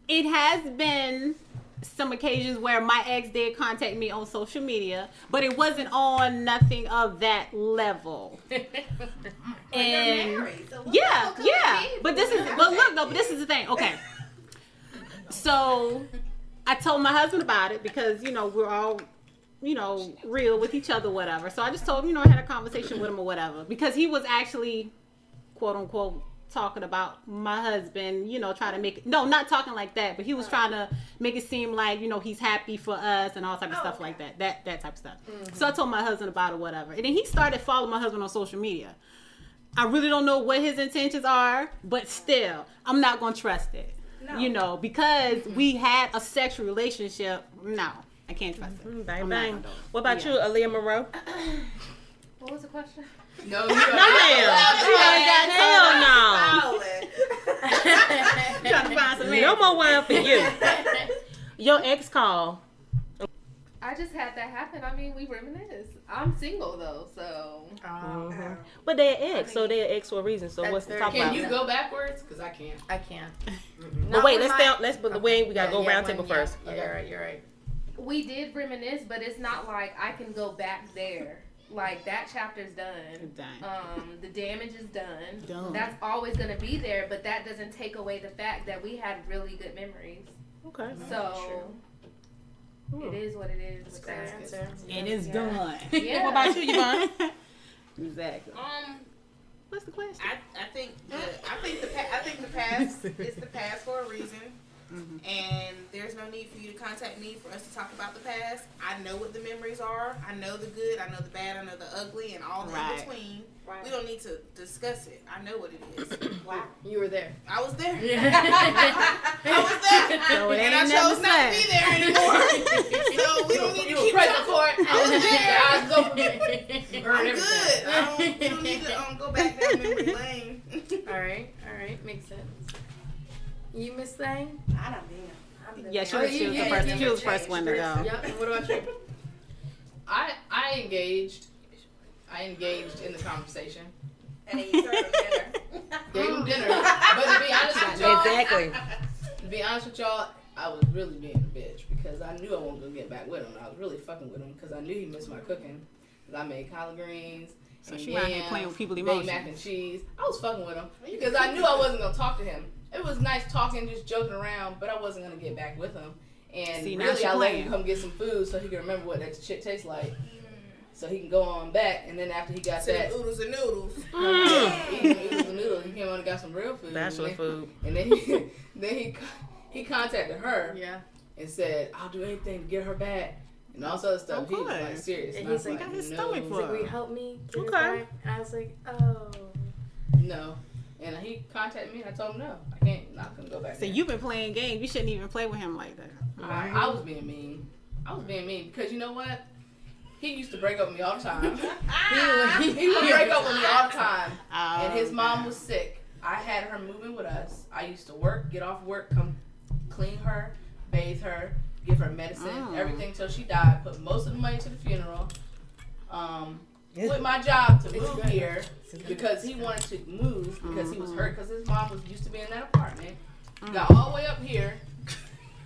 Speaker 1: it has been some occasions where my ex did contact me on social media, but it wasn't on nothing of that
Speaker 7: [LAUGHS]
Speaker 1: level. and
Speaker 7: Married, so what
Speaker 1: yeah,
Speaker 5: could
Speaker 1: yeah,
Speaker 5: it be?
Speaker 1: but this is but look though, but this is the thing. Okay, so I told my husband about it because you know we're all you know real with each other, whatever. So I just told him, you know, I had a conversation with him or whatever because he was actually quote unquote talking about my husband, you know, trying to make no, not talking like that, but he was trying to make it seem like, you know, he's happy for us and all type of stuff like that. That that type of stuff. So I told my husband about it, whatever. And then he started following my husband on social media. I really don't know what his intentions are, but still, I'm not gonna trust it. You know, because we had a sexual relationship. No, I can't trust it.
Speaker 4: Mm-hmm. Bang
Speaker 1: not
Speaker 4: bang.
Speaker 1: gonna do it.
Speaker 4: What about you, Aaliyah Monroe?
Speaker 5: What was the question?
Speaker 4: [LAUGHS]
Speaker 3: No, you are
Speaker 4: No, ma'am.
Speaker 7: She already
Speaker 4: Hell no.
Speaker 1: I'm trying to find some man.
Speaker 4: No more wine
Speaker 6: [LAUGHS]
Speaker 4: for [LAUGHS] you. Your ex call.
Speaker 5: I just had that happen. I mean, we reminisce. I'm single though, so
Speaker 2: Uh,
Speaker 4: Mm-hmm. But they're ex, so they're ex for a reason. So what's the
Speaker 2: very-
Speaker 4: talk
Speaker 3: Can
Speaker 4: about?
Speaker 3: you go backwards? Because I can't.
Speaker 2: I can't.
Speaker 4: But wait, let's down, let's but the way we gotta go round table
Speaker 2: yeah,
Speaker 4: first.
Speaker 2: Yeah, you're right. You're right.
Speaker 5: we did reminisce, but it's not like I can go back there. Like that chapter's done.
Speaker 1: Done.
Speaker 5: Um, the damage is done.
Speaker 1: Done.
Speaker 5: That's always gonna be there, but that doesn't take away the fact that we had really good memories.
Speaker 4: Okay.
Speaker 5: So it is what it is. with that.
Speaker 1: It is done.
Speaker 5: Yeah.
Speaker 1: what about you, Yvonne? exactly.
Speaker 6: Um,
Speaker 1: What's the question?
Speaker 6: I, I think the, I think the pa- I think
Speaker 1: [LAUGHS]
Speaker 6: the past is the past for a reason,
Speaker 1: Mm-hmm.
Speaker 6: and there's no need for you to contact me for us to talk about the past. I know what the memories are. I know the good. I know the bad. I know the ugly, and all the
Speaker 1: Right.
Speaker 6: in between.
Speaker 7: Right.
Speaker 6: We don't need to discuss it. I know what it is.
Speaker 1: [COUGHS]
Speaker 7: Wow.
Speaker 2: You were there.
Speaker 6: I was
Speaker 1: [LAUGHS]
Speaker 6: there. I was
Speaker 1: [LAUGHS]
Speaker 6: there.
Speaker 1: So it
Speaker 6: and
Speaker 1: ain't
Speaker 6: I
Speaker 1: nothing
Speaker 6: chose not
Speaker 1: said.
Speaker 6: to be
Speaker 1: [LAUGHS]
Speaker 6: there anymore. so we don't need to keep talking.
Speaker 4: [LAUGHS]
Speaker 3: I was there.
Speaker 6: I'm good. I don't, we don't need to um, go back down memory
Speaker 4: [LAUGHS]
Speaker 6: lane.
Speaker 2: All right, all right, makes sense. You Miss Thang?
Speaker 7: I don't mean I'm the
Speaker 1: Yeah, she
Speaker 7: man.
Speaker 1: was, she was the first. She was the first one to go.
Speaker 2: Yep. and What about you?
Speaker 3: I I engaged. I engaged in the conversation.
Speaker 7: And then you serve them dinner.
Speaker 3: Gave
Speaker 1: Mm.
Speaker 3: him dinner, but to
Speaker 1: [LAUGHS]
Speaker 3: be honest with y'all,
Speaker 4: Exactly.
Speaker 3: to be honest with y'all, I was really being a bitch because I knew I wasn't gonna get back with him. I was really fucking with him because I knew he missed my cooking. 'Cause I made collard greens.
Speaker 1: So
Speaker 3: and
Speaker 1: she out here
Speaker 3: yams,
Speaker 1: playing with people's
Speaker 3: Big mac
Speaker 1: emotions.
Speaker 3: and cheese. I was fucking with him because I knew I wasn't gonna talk to him. It was nice talking, just joking around, but I wasn't gonna get back with him. And
Speaker 1: See, now
Speaker 3: really,
Speaker 1: she
Speaker 3: I let
Speaker 1: playing.
Speaker 3: him come get some food so he can remember what that shit tastes like, so he can go on back. And then after he got
Speaker 6: To the
Speaker 3: that,
Speaker 6: oodles and noodles.
Speaker 3: he was a noodle. He came on and got some real food.
Speaker 4: Bachelor
Speaker 3: and
Speaker 4: food.
Speaker 3: then, And then he, [LAUGHS] then he co- he contacted her
Speaker 2: Yeah.
Speaker 3: and said, "I'll do anything to get her back." And all this other stuff.
Speaker 1: Of
Speaker 3: he was like
Speaker 1: course.
Speaker 3: serious.
Speaker 2: And
Speaker 3: I
Speaker 2: he's
Speaker 3: was
Speaker 2: like,
Speaker 1: "Got his
Speaker 3: no,
Speaker 1: stomach full."
Speaker 2: Will you help me? get her
Speaker 4: Okay.
Speaker 2: back? And I was like, oh.
Speaker 3: No. And he contacted me and I told him no. I can't not gonna go back.
Speaker 1: So
Speaker 3: there.
Speaker 1: you've been playing games. You shouldn't even play with him like that.
Speaker 3: I, I was being mean. I was being mean because you know what? He used to break up with me all the time. [LAUGHS] he, would, he would break up with me all the time.
Speaker 1: Oh,
Speaker 3: And his mom was sick. I had her moving with us. I used to work, get off work, come clean her, bathe her, give her medicine,
Speaker 1: Mm.
Speaker 3: everything till she died. Put most of the money to the funeral. Um, quit my job to move here because he wanted to move because he was hurt because his mom was used to be in that apartment. Got all the way up here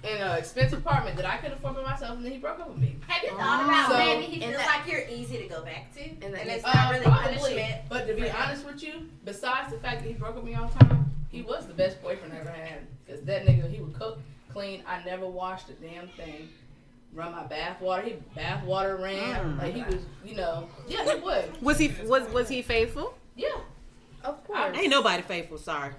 Speaker 3: in an expensive apartment that I couldn't afford by myself, and then he broke up with me.
Speaker 7: Have you thought about
Speaker 3: So,
Speaker 7: maybe he
Speaker 2: and
Speaker 7: feels
Speaker 2: that-
Speaker 7: like you're easy to go back to? And,
Speaker 2: that-
Speaker 7: it's
Speaker 3: Uh,
Speaker 7: not really
Speaker 3: probably.
Speaker 7: punishment.
Speaker 3: But to
Speaker 7: for
Speaker 3: be
Speaker 7: him.
Speaker 3: honest with you, besides the fact that he broke up with me all the time, he was the best boyfriend I ever had. Cause that nigga, he would cook, clean. I never washed a damn thing. Run my bath water. He bath water ran.
Speaker 1: Mm.
Speaker 3: Like he was, you know, yeah, he would.
Speaker 1: was he was was he faithful?
Speaker 3: Yeah.
Speaker 2: Of course.
Speaker 4: Ain't nobody faithful. Sorry.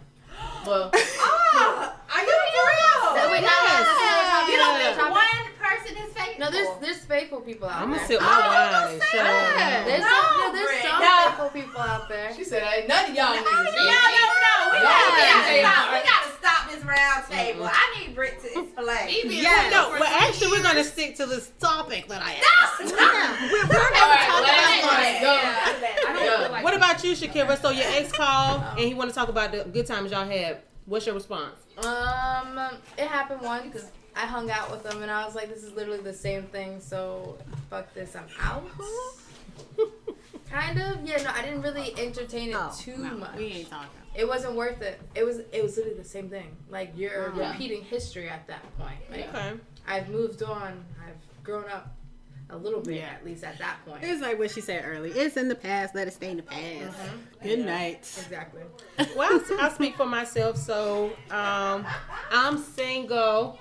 Speaker 3: Well,
Speaker 7: Ah, are you for real?
Speaker 5: So we're not gonna
Speaker 1: Yes.
Speaker 7: You don't think
Speaker 5: Yeah.
Speaker 7: one person is faithful?
Speaker 5: No, there's there's faithful people out
Speaker 4: I'm gonna
Speaker 5: there.
Speaker 4: sip
Speaker 7: I was
Speaker 4: my
Speaker 7: gonna
Speaker 4: wine and
Speaker 7: say
Speaker 4: show.
Speaker 7: that.
Speaker 4: them.
Speaker 5: There's
Speaker 7: No,
Speaker 5: some, no, there's
Speaker 7: Brett.
Speaker 5: some
Speaker 7: No.
Speaker 5: faithful people out there.
Speaker 3: she said, "Ain't none of y'all
Speaker 7: No, no,
Speaker 3: niggas."
Speaker 7: no,
Speaker 3: is
Speaker 7: no, no. We
Speaker 3: Yeah.
Speaker 7: gotta, we gotta
Speaker 3: Yeah.
Speaker 7: stop. We gotta stop this round table. I need Britt to explain.
Speaker 6: He been
Speaker 1: Yeah,
Speaker 6: single
Speaker 1: no,
Speaker 6: for
Speaker 1: well,
Speaker 6: two
Speaker 1: actually, we're
Speaker 6: years.
Speaker 1: going to stick to this topic that I
Speaker 7: No,
Speaker 1: asked.
Speaker 7: stop.
Speaker 1: Yeah, we're, we're going
Speaker 3: All right,
Speaker 1: to
Speaker 3: last
Speaker 1: talk about
Speaker 3: one.
Speaker 1: it.
Speaker 3: Go.
Speaker 7: Yeah, that's
Speaker 5: I
Speaker 7: bad.
Speaker 5: don't
Speaker 3: Yeah.
Speaker 5: feel like
Speaker 4: What about you, Shakira? So your ex called and he want to talk about the good times y'all had. What's your response?
Speaker 2: Um, it happened once because I hung out with him and I was like, this is literally the same thing, so fuck this, I'm out.
Speaker 1: [LAUGHS]
Speaker 2: kind of, yeah. No, I didn't really entertain it
Speaker 1: Oh,
Speaker 2: too
Speaker 1: no,
Speaker 2: much.
Speaker 1: We ain't talking.
Speaker 2: It wasn't worth it. It was, it was literally the same thing. Like you're
Speaker 3: Yeah.
Speaker 2: repeating history at that point. Like,
Speaker 4: Okay.
Speaker 2: I've moved on. I've grown up a little bit,
Speaker 1: Yeah.
Speaker 2: at least at that point.
Speaker 1: It's like what she said earlier. It's in the past. Let it stay in the past. Good [LAUGHS] night.
Speaker 2: Exactly.
Speaker 4: Well, I, I speak for myself. So um, I'm single.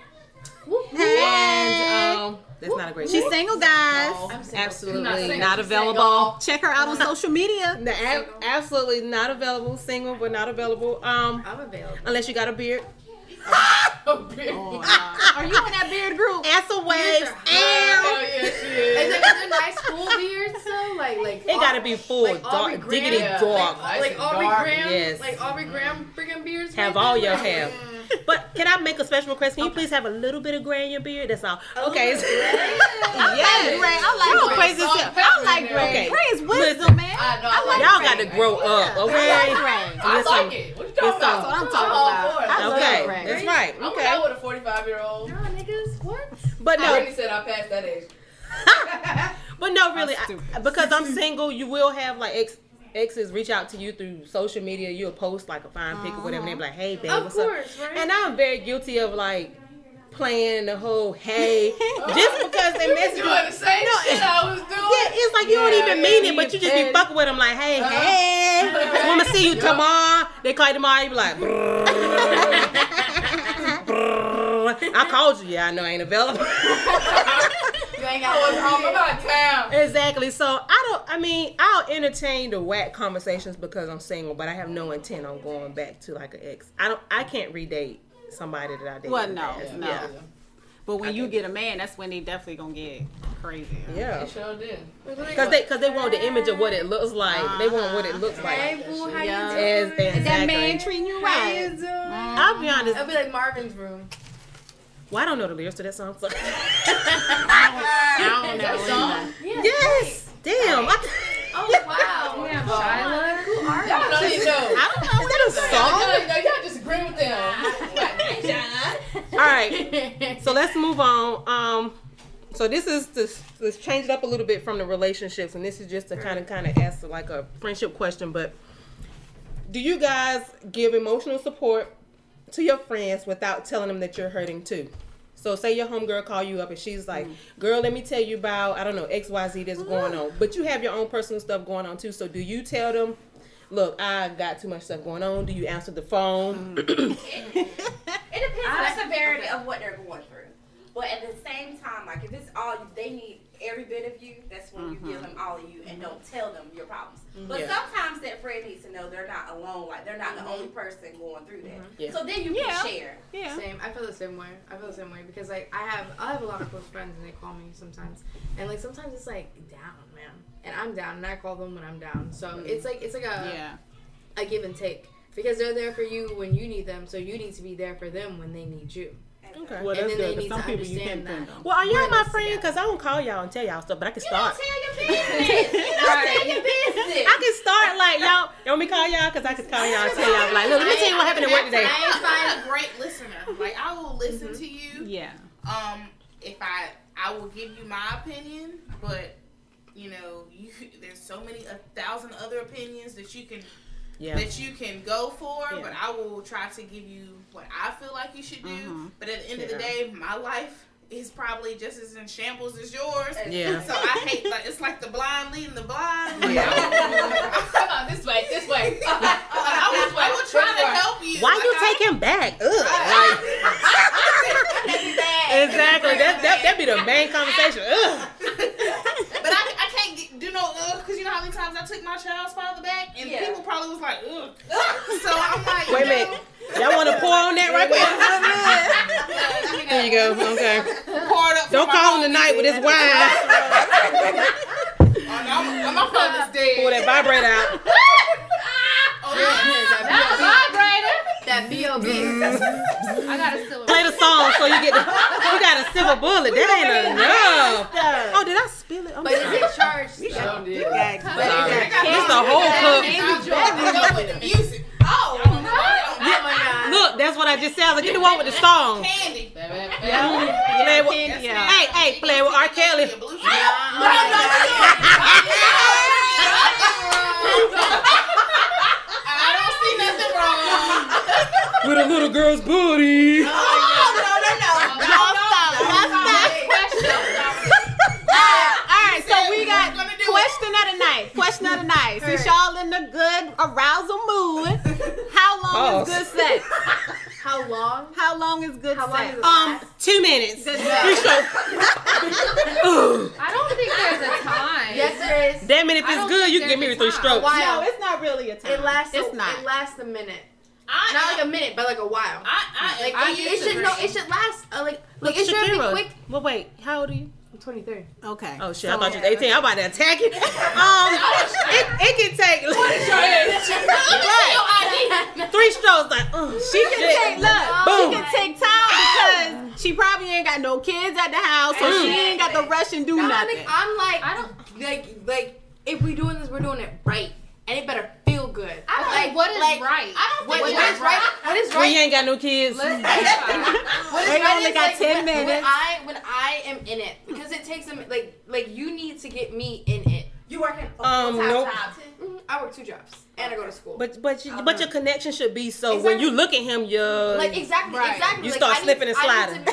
Speaker 4: And um, that's not a great.
Speaker 1: She's single, guys.
Speaker 2: I'm single.
Speaker 4: Absolutely
Speaker 3: Not single.
Speaker 4: not
Speaker 1: available. Check her out on social media.
Speaker 4: [LAUGHS] No, ab- absolutely not available. Single, but not available. Um,
Speaker 2: I'm available.
Speaker 4: unless you got a beard.
Speaker 3: Oh,
Speaker 1: uh, Are you in that beard group? Ansel waves.
Speaker 3: Hell
Speaker 1: And
Speaker 3: yeah, she
Speaker 2: And
Speaker 3: is.
Speaker 2: they're, they're nice full beards though, like like.
Speaker 4: It gotta be full,
Speaker 2: Like Aubrey
Speaker 4: dark, diggity
Speaker 2: Graham.
Speaker 4: dark.
Speaker 3: Nice
Speaker 2: like
Speaker 3: and
Speaker 2: Aubrey
Speaker 3: dark.
Speaker 2: Graham,
Speaker 4: yes.
Speaker 2: like Aubrey Graham, friggin' beards.
Speaker 4: Have all your hair. But can I make a special request? Can you please have a little bit of gray in your beard? That's all. okay. [LAUGHS]
Speaker 1: Yes, Ray. I like
Speaker 3: Gray.
Speaker 1: Gray's.
Speaker 3: Salt and
Speaker 1: I
Speaker 3: pepper
Speaker 1: like
Speaker 3: in there.
Speaker 1: Gray.
Speaker 4: Okay.
Speaker 1: Gray is wisdom, man.
Speaker 3: I know.
Speaker 1: I like
Speaker 3: I like
Speaker 4: Y'all
Speaker 3: Greg.
Speaker 4: got to grow up. Okay.
Speaker 1: I like Gray.
Speaker 3: I
Speaker 4: Listen,
Speaker 3: like it. What you talking
Speaker 4: listen.
Speaker 3: about?
Speaker 1: That's what I'm
Speaker 3: I'm
Speaker 1: talking
Speaker 3: all
Speaker 1: about.
Speaker 3: for it.
Speaker 1: I love
Speaker 4: Okay.
Speaker 1: Gray.
Speaker 4: That's right.
Speaker 3: I'm
Speaker 4: Okay.
Speaker 3: out with a 45 year old.
Speaker 2: Y'all niggas, what?
Speaker 4: But
Speaker 3: No.
Speaker 4: no.
Speaker 3: Brittany said I passed that age.
Speaker 4: But no, really,
Speaker 1: I'm
Speaker 4: I-
Speaker 1: stupid.
Speaker 4: because I'm
Speaker 3: [LAUGHS]
Speaker 4: single, you will have like ex exes reach out to you through social media. You'll post like a fine pic or whatever, and they be like, "Hey, babe,
Speaker 2: Of
Speaker 4: what's up?"
Speaker 2: course, right?
Speaker 4: And I'm very guilty of like playing the whole hey
Speaker 3: [LAUGHS] Oh.
Speaker 4: just because they mess
Speaker 3: doing
Speaker 4: you up.
Speaker 3: the same
Speaker 4: No,
Speaker 3: shit I was
Speaker 4: Yeah,
Speaker 3: doing.
Speaker 4: it's like you don't
Speaker 3: Yeah,
Speaker 4: even
Speaker 3: yeah,
Speaker 4: mean
Speaker 3: you
Speaker 4: it, but you just be
Speaker 3: said-
Speaker 4: fucking with them like, hey,
Speaker 3: Uh-huh.
Speaker 4: hey, wanna see you
Speaker 3: [LAUGHS] Yup.
Speaker 4: tomorrow. They call you tomorrow, you be like,
Speaker 3: [LAUGHS]
Speaker 4: brrr, brrr. [LAUGHS] I called you, yeah, I know I
Speaker 3: [LAUGHS]
Speaker 4: ain't available.
Speaker 6: You ain't
Speaker 3: I was
Speaker 6: got
Speaker 3: home about town.
Speaker 4: Exactly. So I don't. I mean, I'll entertain the whack conversations because I'm single, but I have no intent on going back to like an ex. I don't. I can't redate somebody that I dated.
Speaker 1: Well,
Speaker 4: in the
Speaker 1: no,
Speaker 4: past.
Speaker 1: no.
Speaker 4: Yeah.
Speaker 1: But when you get a man, that's when they definitely gonna get crazy.
Speaker 4: Yeah.
Speaker 3: It sure did.
Speaker 4: Cause they, cause they want the image of what it looks like. They want what it looks like.
Speaker 2: Hey, boo, how
Speaker 1: Yeah.
Speaker 2: you doing?
Speaker 4: As, exactly.
Speaker 1: That man treating you
Speaker 2: How you
Speaker 1: right.
Speaker 2: doing?
Speaker 4: I'll be honest.
Speaker 2: It'll be like Marvin's room.
Speaker 4: Well, I don't know the lyrics to that song. So.
Speaker 1: I don't know. either.
Speaker 4: yes. Damn. [LAUGHS] I,
Speaker 5: Oh wow. Yeah, Shiloh. Who are
Speaker 3: Y'all don't even know.
Speaker 1: I don't know.
Speaker 4: is that a
Speaker 3: Y'all
Speaker 4: song?
Speaker 3: don't even know. Y'all just agree with them.
Speaker 4: All right. So let's move on. Um, so this is this let's change it up a little bit from the relationships, and this is just to kind of kind of ask like a friendship question. But do you guys give emotional support to your friends without telling them that you're hurting too? So say your homegirl call you up and she's like, "Girl, let me tell you about I don't know X Y Z that's going on," but you have your own personal stuff going on too. So do you tell them? Look, I got too much stuff going on. Do you answer the phone?
Speaker 7: It depends on the severity of what they're going through. But at the same time, like if it's all you, they need every bit of you. That's when you give them all of you and don't tell them your problems. But
Speaker 4: Mm-hmm. Yeah.
Speaker 7: sometimes that friend needs to know they're not alone. Like they're not the only person going through that.
Speaker 4: Mm-hmm. Yeah.
Speaker 7: So then you
Speaker 1: Yeah.
Speaker 7: can share.
Speaker 1: Yeah.
Speaker 2: Same. I feel the same way. I feel the same way because like I have I have a lot of close friends and they call me sometimes and like sometimes it's like down, man, and I'm down and I call them when I'm down. So it's like it's like a
Speaker 1: Yeah.
Speaker 2: a give and take because they're there for you when you need them, so you need to be there for them when they need you.
Speaker 4: [COUGHS] Okay.
Speaker 1: Well,
Speaker 2: And
Speaker 1: that's
Speaker 2: then they
Speaker 1: good. 'cause
Speaker 2: need
Speaker 1: Some
Speaker 2: to
Speaker 1: people you can't
Speaker 2: understand
Speaker 1: pin [LAUGHS]
Speaker 2: that.
Speaker 1: them.
Speaker 4: Well, are y'all my
Speaker 2: Minus,
Speaker 4: friend?
Speaker 2: yeah.
Speaker 4: Because I don't call y'all and tell y'all stuff, but I can start.
Speaker 7: Tell your business. You know, tell your business.
Speaker 4: I can start like y'all. You want me to call y'all? Because I can call y'all and tell y'all. Like, look, let me tell you what happened at work today. Mm-hmm.
Speaker 6: I am a great listener. Like I will listen to you.
Speaker 1: Yeah.
Speaker 6: Um, if I I will give you my opinion, but you know, you there's so many a thousand other opinions that you can
Speaker 4: Yeah.
Speaker 6: that you can go for,
Speaker 1: Yeah.
Speaker 6: but I will try to give you what I feel like you should do.
Speaker 4: Mm-hmm.
Speaker 1: Mhm.
Speaker 6: But at the end of the
Speaker 4: Yeah.
Speaker 6: day, my life is probably just as in shambles as yours.
Speaker 4: Yeah.
Speaker 6: So I hate like it's like the blind leading the blind. Like,
Speaker 4: Yeah.
Speaker 3: Come on, [LAUGHS] this way, this way.
Speaker 6: I, I, will, I will try to help you.
Speaker 4: Why
Speaker 6: Like,
Speaker 4: you
Speaker 6: I-
Speaker 4: take him back? Ugh. Like,
Speaker 6: [LAUGHS]
Speaker 4: exactly. That that that be the main conversation. Ugh.
Speaker 6: But I, I can't get, do no ugh because you know how many times I took my child's father back and
Speaker 7: Yeah.
Speaker 6: people probably was like ugh.
Speaker 4: [LAUGHS]
Speaker 6: so I'm like,
Speaker 4: Wait a
Speaker 6: you
Speaker 4: minute. Y'all want to pour on that right quick? There you go. Okay.
Speaker 6: know, poured up.
Speaker 4: Don't
Speaker 6: from
Speaker 4: call him
Speaker 6: my
Speaker 4: tonight with this wine.
Speaker 6: home. I'm, I'm, my father's dead.
Speaker 4: Pull that vibrator out.
Speaker 6: Oh, yeah.
Speaker 2: That B.O.B.
Speaker 5: I got a
Speaker 4: [LAUGHS]
Speaker 5: silver.
Speaker 4: Play the song so you get. The, you got a silver bullet. That ain't enough.
Speaker 1: Stuff.
Speaker 4: Oh, did I spill it? I'm
Speaker 2: but is
Speaker 4: sorry.
Speaker 2: it charged?
Speaker 3: Sure did.
Speaker 2: But is it
Speaker 4: It's the whole cup.
Speaker 6: Go with the music. Oh, no, I
Speaker 2: Oh my god.
Speaker 4: Look, that's what I just said. I was like, get the one with the song.
Speaker 6: don't- candy.
Speaker 3: Bam, bam, bam.
Speaker 4: Play with,
Speaker 1: Candy, yeah.
Speaker 4: Hey, hey, play with R. Kelly.
Speaker 6: Your blue yeah. I don't see nothing wrong.
Speaker 4: With a little girl's booty.
Speaker 1: All right, so we got
Speaker 6: We're gonna do
Speaker 1: question of the night. Question of the night. Since y'all in the good arousal mood, how long
Speaker 4: Pause.
Speaker 1: is good sex?
Speaker 2: How long?
Speaker 1: How long is good
Speaker 2: How long
Speaker 1: sex?
Speaker 2: does it
Speaker 4: Um,
Speaker 2: last?
Speaker 4: two minutes.
Speaker 1: Good
Speaker 4: You
Speaker 1: sex.
Speaker 4: sure-
Speaker 5: I don't think there's a time.
Speaker 2: Yes, there is.
Speaker 4: Damn it, if
Speaker 5: I don't
Speaker 4: it's good,
Speaker 5: think
Speaker 4: you can give me
Speaker 5: there's
Speaker 4: three
Speaker 5: a time.
Speaker 4: strokes.
Speaker 2: Why?
Speaker 1: No, it's not really a time.
Speaker 2: It lasts.
Speaker 1: It's
Speaker 2: a,
Speaker 1: not.
Speaker 2: It lasts a minute. Not
Speaker 6: I,
Speaker 2: like a minute, but like a while.
Speaker 6: I, I,
Speaker 2: Like
Speaker 6: I
Speaker 2: it, it should no, it should last. Uh, like like it should be
Speaker 4: Shakira.
Speaker 2: quick.
Speaker 4: Well, wait, how old are you?
Speaker 2: I'm 23.
Speaker 1: Okay.
Speaker 4: Oh shit, I thought you was 18. I'm about to attack it. Um, it, it can take [LAUGHS] Right. three strokes. Like, oh
Speaker 1: She can take
Speaker 4: shit.
Speaker 1: look.
Speaker 4: Boom.
Speaker 1: She can take time because she probably ain't got no kids at the house, so she ain't got the rush and do
Speaker 2: No, I'm
Speaker 1: nothing.
Speaker 2: like, I'm like,
Speaker 5: I don't-
Speaker 2: like, like, if we're doing this, we're doing it right, and it better feel good.
Speaker 5: I don't
Speaker 2: like,
Speaker 5: like what is
Speaker 2: like,
Speaker 5: right. I
Speaker 2: What,
Speaker 5: what
Speaker 2: what
Speaker 5: is
Speaker 2: is right? What is
Speaker 4: When
Speaker 2: right?
Speaker 4: you ain't got no kids. [LAUGHS]
Speaker 2: What is
Speaker 1: They
Speaker 2: right
Speaker 1: only
Speaker 2: is,
Speaker 1: got
Speaker 2: like,
Speaker 1: 10
Speaker 2: when, When
Speaker 1: minutes.
Speaker 2: I when I am in it, because it takes a mi- like like you need to get me in it.
Speaker 7: You working a
Speaker 4: Um,
Speaker 7: full-time
Speaker 4: nope.
Speaker 7: job.
Speaker 2: Mhm, I work two jobs and I go to school.
Speaker 4: But but you, but your connection should be so when you look at him, you're
Speaker 2: like exactly,
Speaker 6: Right.
Speaker 2: exactly.
Speaker 4: You
Speaker 2: like,
Speaker 4: start
Speaker 2: I need-
Speaker 4: slipping and
Speaker 2: [LAUGHS] I need to
Speaker 4: sliding.
Speaker 2: be-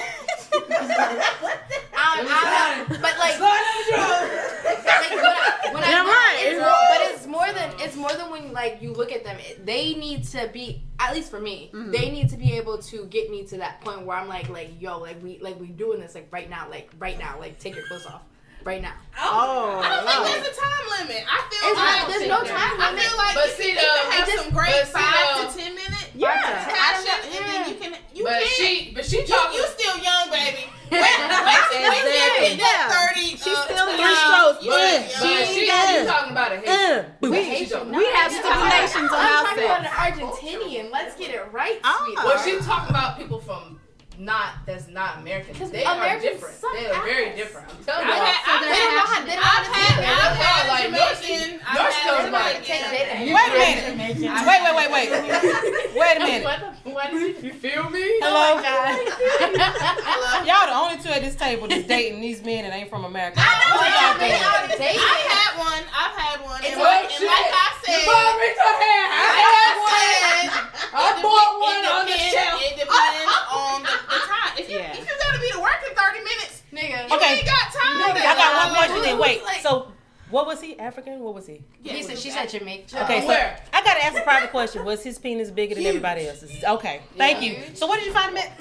Speaker 2: I, I, but like, like when I, [LAUGHS] when I
Speaker 4: Damn
Speaker 2: look-
Speaker 4: right.
Speaker 2: it's more, but it's more than it's more than when like you look at them. It- They need to be at least for me. They need to be able to get me to that point where I'm like, like, yo, like we like we doing this like right now, like right now, like take your clothes off right now.
Speaker 1: Oh,
Speaker 6: I don't
Speaker 1: wow.
Speaker 6: think there's a time limit. I feel
Speaker 2: It's
Speaker 6: like
Speaker 2: not, there's no time
Speaker 6: I
Speaker 2: limit.
Speaker 6: feel like
Speaker 3: But
Speaker 6: you
Speaker 3: see,
Speaker 6: can
Speaker 3: uh,
Speaker 6: either
Speaker 3: though,
Speaker 6: have
Speaker 3: it
Speaker 6: some great
Speaker 3: but see,
Speaker 6: five
Speaker 3: though-
Speaker 6: to ten minute
Speaker 1: yeah.
Speaker 6: passion, and
Speaker 2: yeah.
Speaker 6: then you can you
Speaker 3: but
Speaker 6: can.
Speaker 3: she, but she
Speaker 6: you,
Speaker 3: talking.
Speaker 6: you still young, baby. Wait, wait, wait,
Speaker 4: Exactly.
Speaker 6: wait, yeah.
Speaker 1: Yeah.
Speaker 6: thirty.
Speaker 1: She's
Speaker 6: uh,
Speaker 1: still
Speaker 6: uh,
Speaker 1: young. strokes
Speaker 6: you ain't
Speaker 4: in.
Speaker 6: young.
Speaker 3: but she, she,
Speaker 4: Yeah.
Speaker 3: talking about a
Speaker 4: Uh,
Speaker 3: Haitian.
Speaker 4: boom.
Speaker 3: She talking-
Speaker 1: We have stipulations on
Speaker 2: I'm talking
Speaker 1: ourselves.
Speaker 2: about an Argentinian. Let's get it right,
Speaker 1: Oh.
Speaker 2: sweet.
Speaker 3: Well, she talking about people from not that's not American. They
Speaker 2: Americans
Speaker 3: are different.
Speaker 2: suck
Speaker 3: They are very
Speaker 2: ass.
Speaker 3: different. I'm telling you.
Speaker 6: I've had, I've
Speaker 2: They don't know
Speaker 6: had,
Speaker 2: how- they don't know
Speaker 6: I've
Speaker 2: how to
Speaker 6: had,
Speaker 2: do it.
Speaker 6: I've had
Speaker 3: Like,
Speaker 6: Jamaican.
Speaker 3: North-
Speaker 6: I've
Speaker 3: North
Speaker 6: had
Speaker 3: Coast
Speaker 6: Jamaican.
Speaker 3: like-
Speaker 2: They-
Speaker 6: Wait a minute. Wait, wait, wait, wait. Wait a minute.
Speaker 3: Why did
Speaker 2: [LAUGHS]
Speaker 3: you feel me?
Speaker 1: Oh,
Speaker 4: Hello.
Speaker 1: my God.
Speaker 6: I
Speaker 4: [LAUGHS] Y'all the only two at this table that's dating these men that ain't from America.
Speaker 6: know
Speaker 4: What y'all
Speaker 6: that. I've
Speaker 4: think?
Speaker 6: had one. I've had one. And
Speaker 3: It's
Speaker 6: like,
Speaker 3: like
Speaker 6: and like I
Speaker 3: You
Speaker 6: said,
Speaker 3: bought me some hair. I had one. I
Speaker 6: It
Speaker 3: bought
Speaker 6: depe-
Speaker 3: one
Speaker 6: it
Speaker 3: on the
Speaker 6: depends-
Speaker 3: shelf.
Speaker 6: It depends on the, the time. If you,
Speaker 1: Yeah.
Speaker 6: if you gotta be to work in 30 minutes,
Speaker 2: nigga.
Speaker 6: you
Speaker 4: Okay.
Speaker 6: ain't got time.
Speaker 4: I got one
Speaker 6: Like,
Speaker 4: question. Then wait. So, what was he? African? What was he?
Speaker 6: yeah,
Speaker 2: He said, she said Jamaica.
Speaker 4: Okay. So
Speaker 3: Where?
Speaker 4: I gotta ask a private question. Was his penis bigger than everybody else's? Okay. Thank you. So what did you find him at?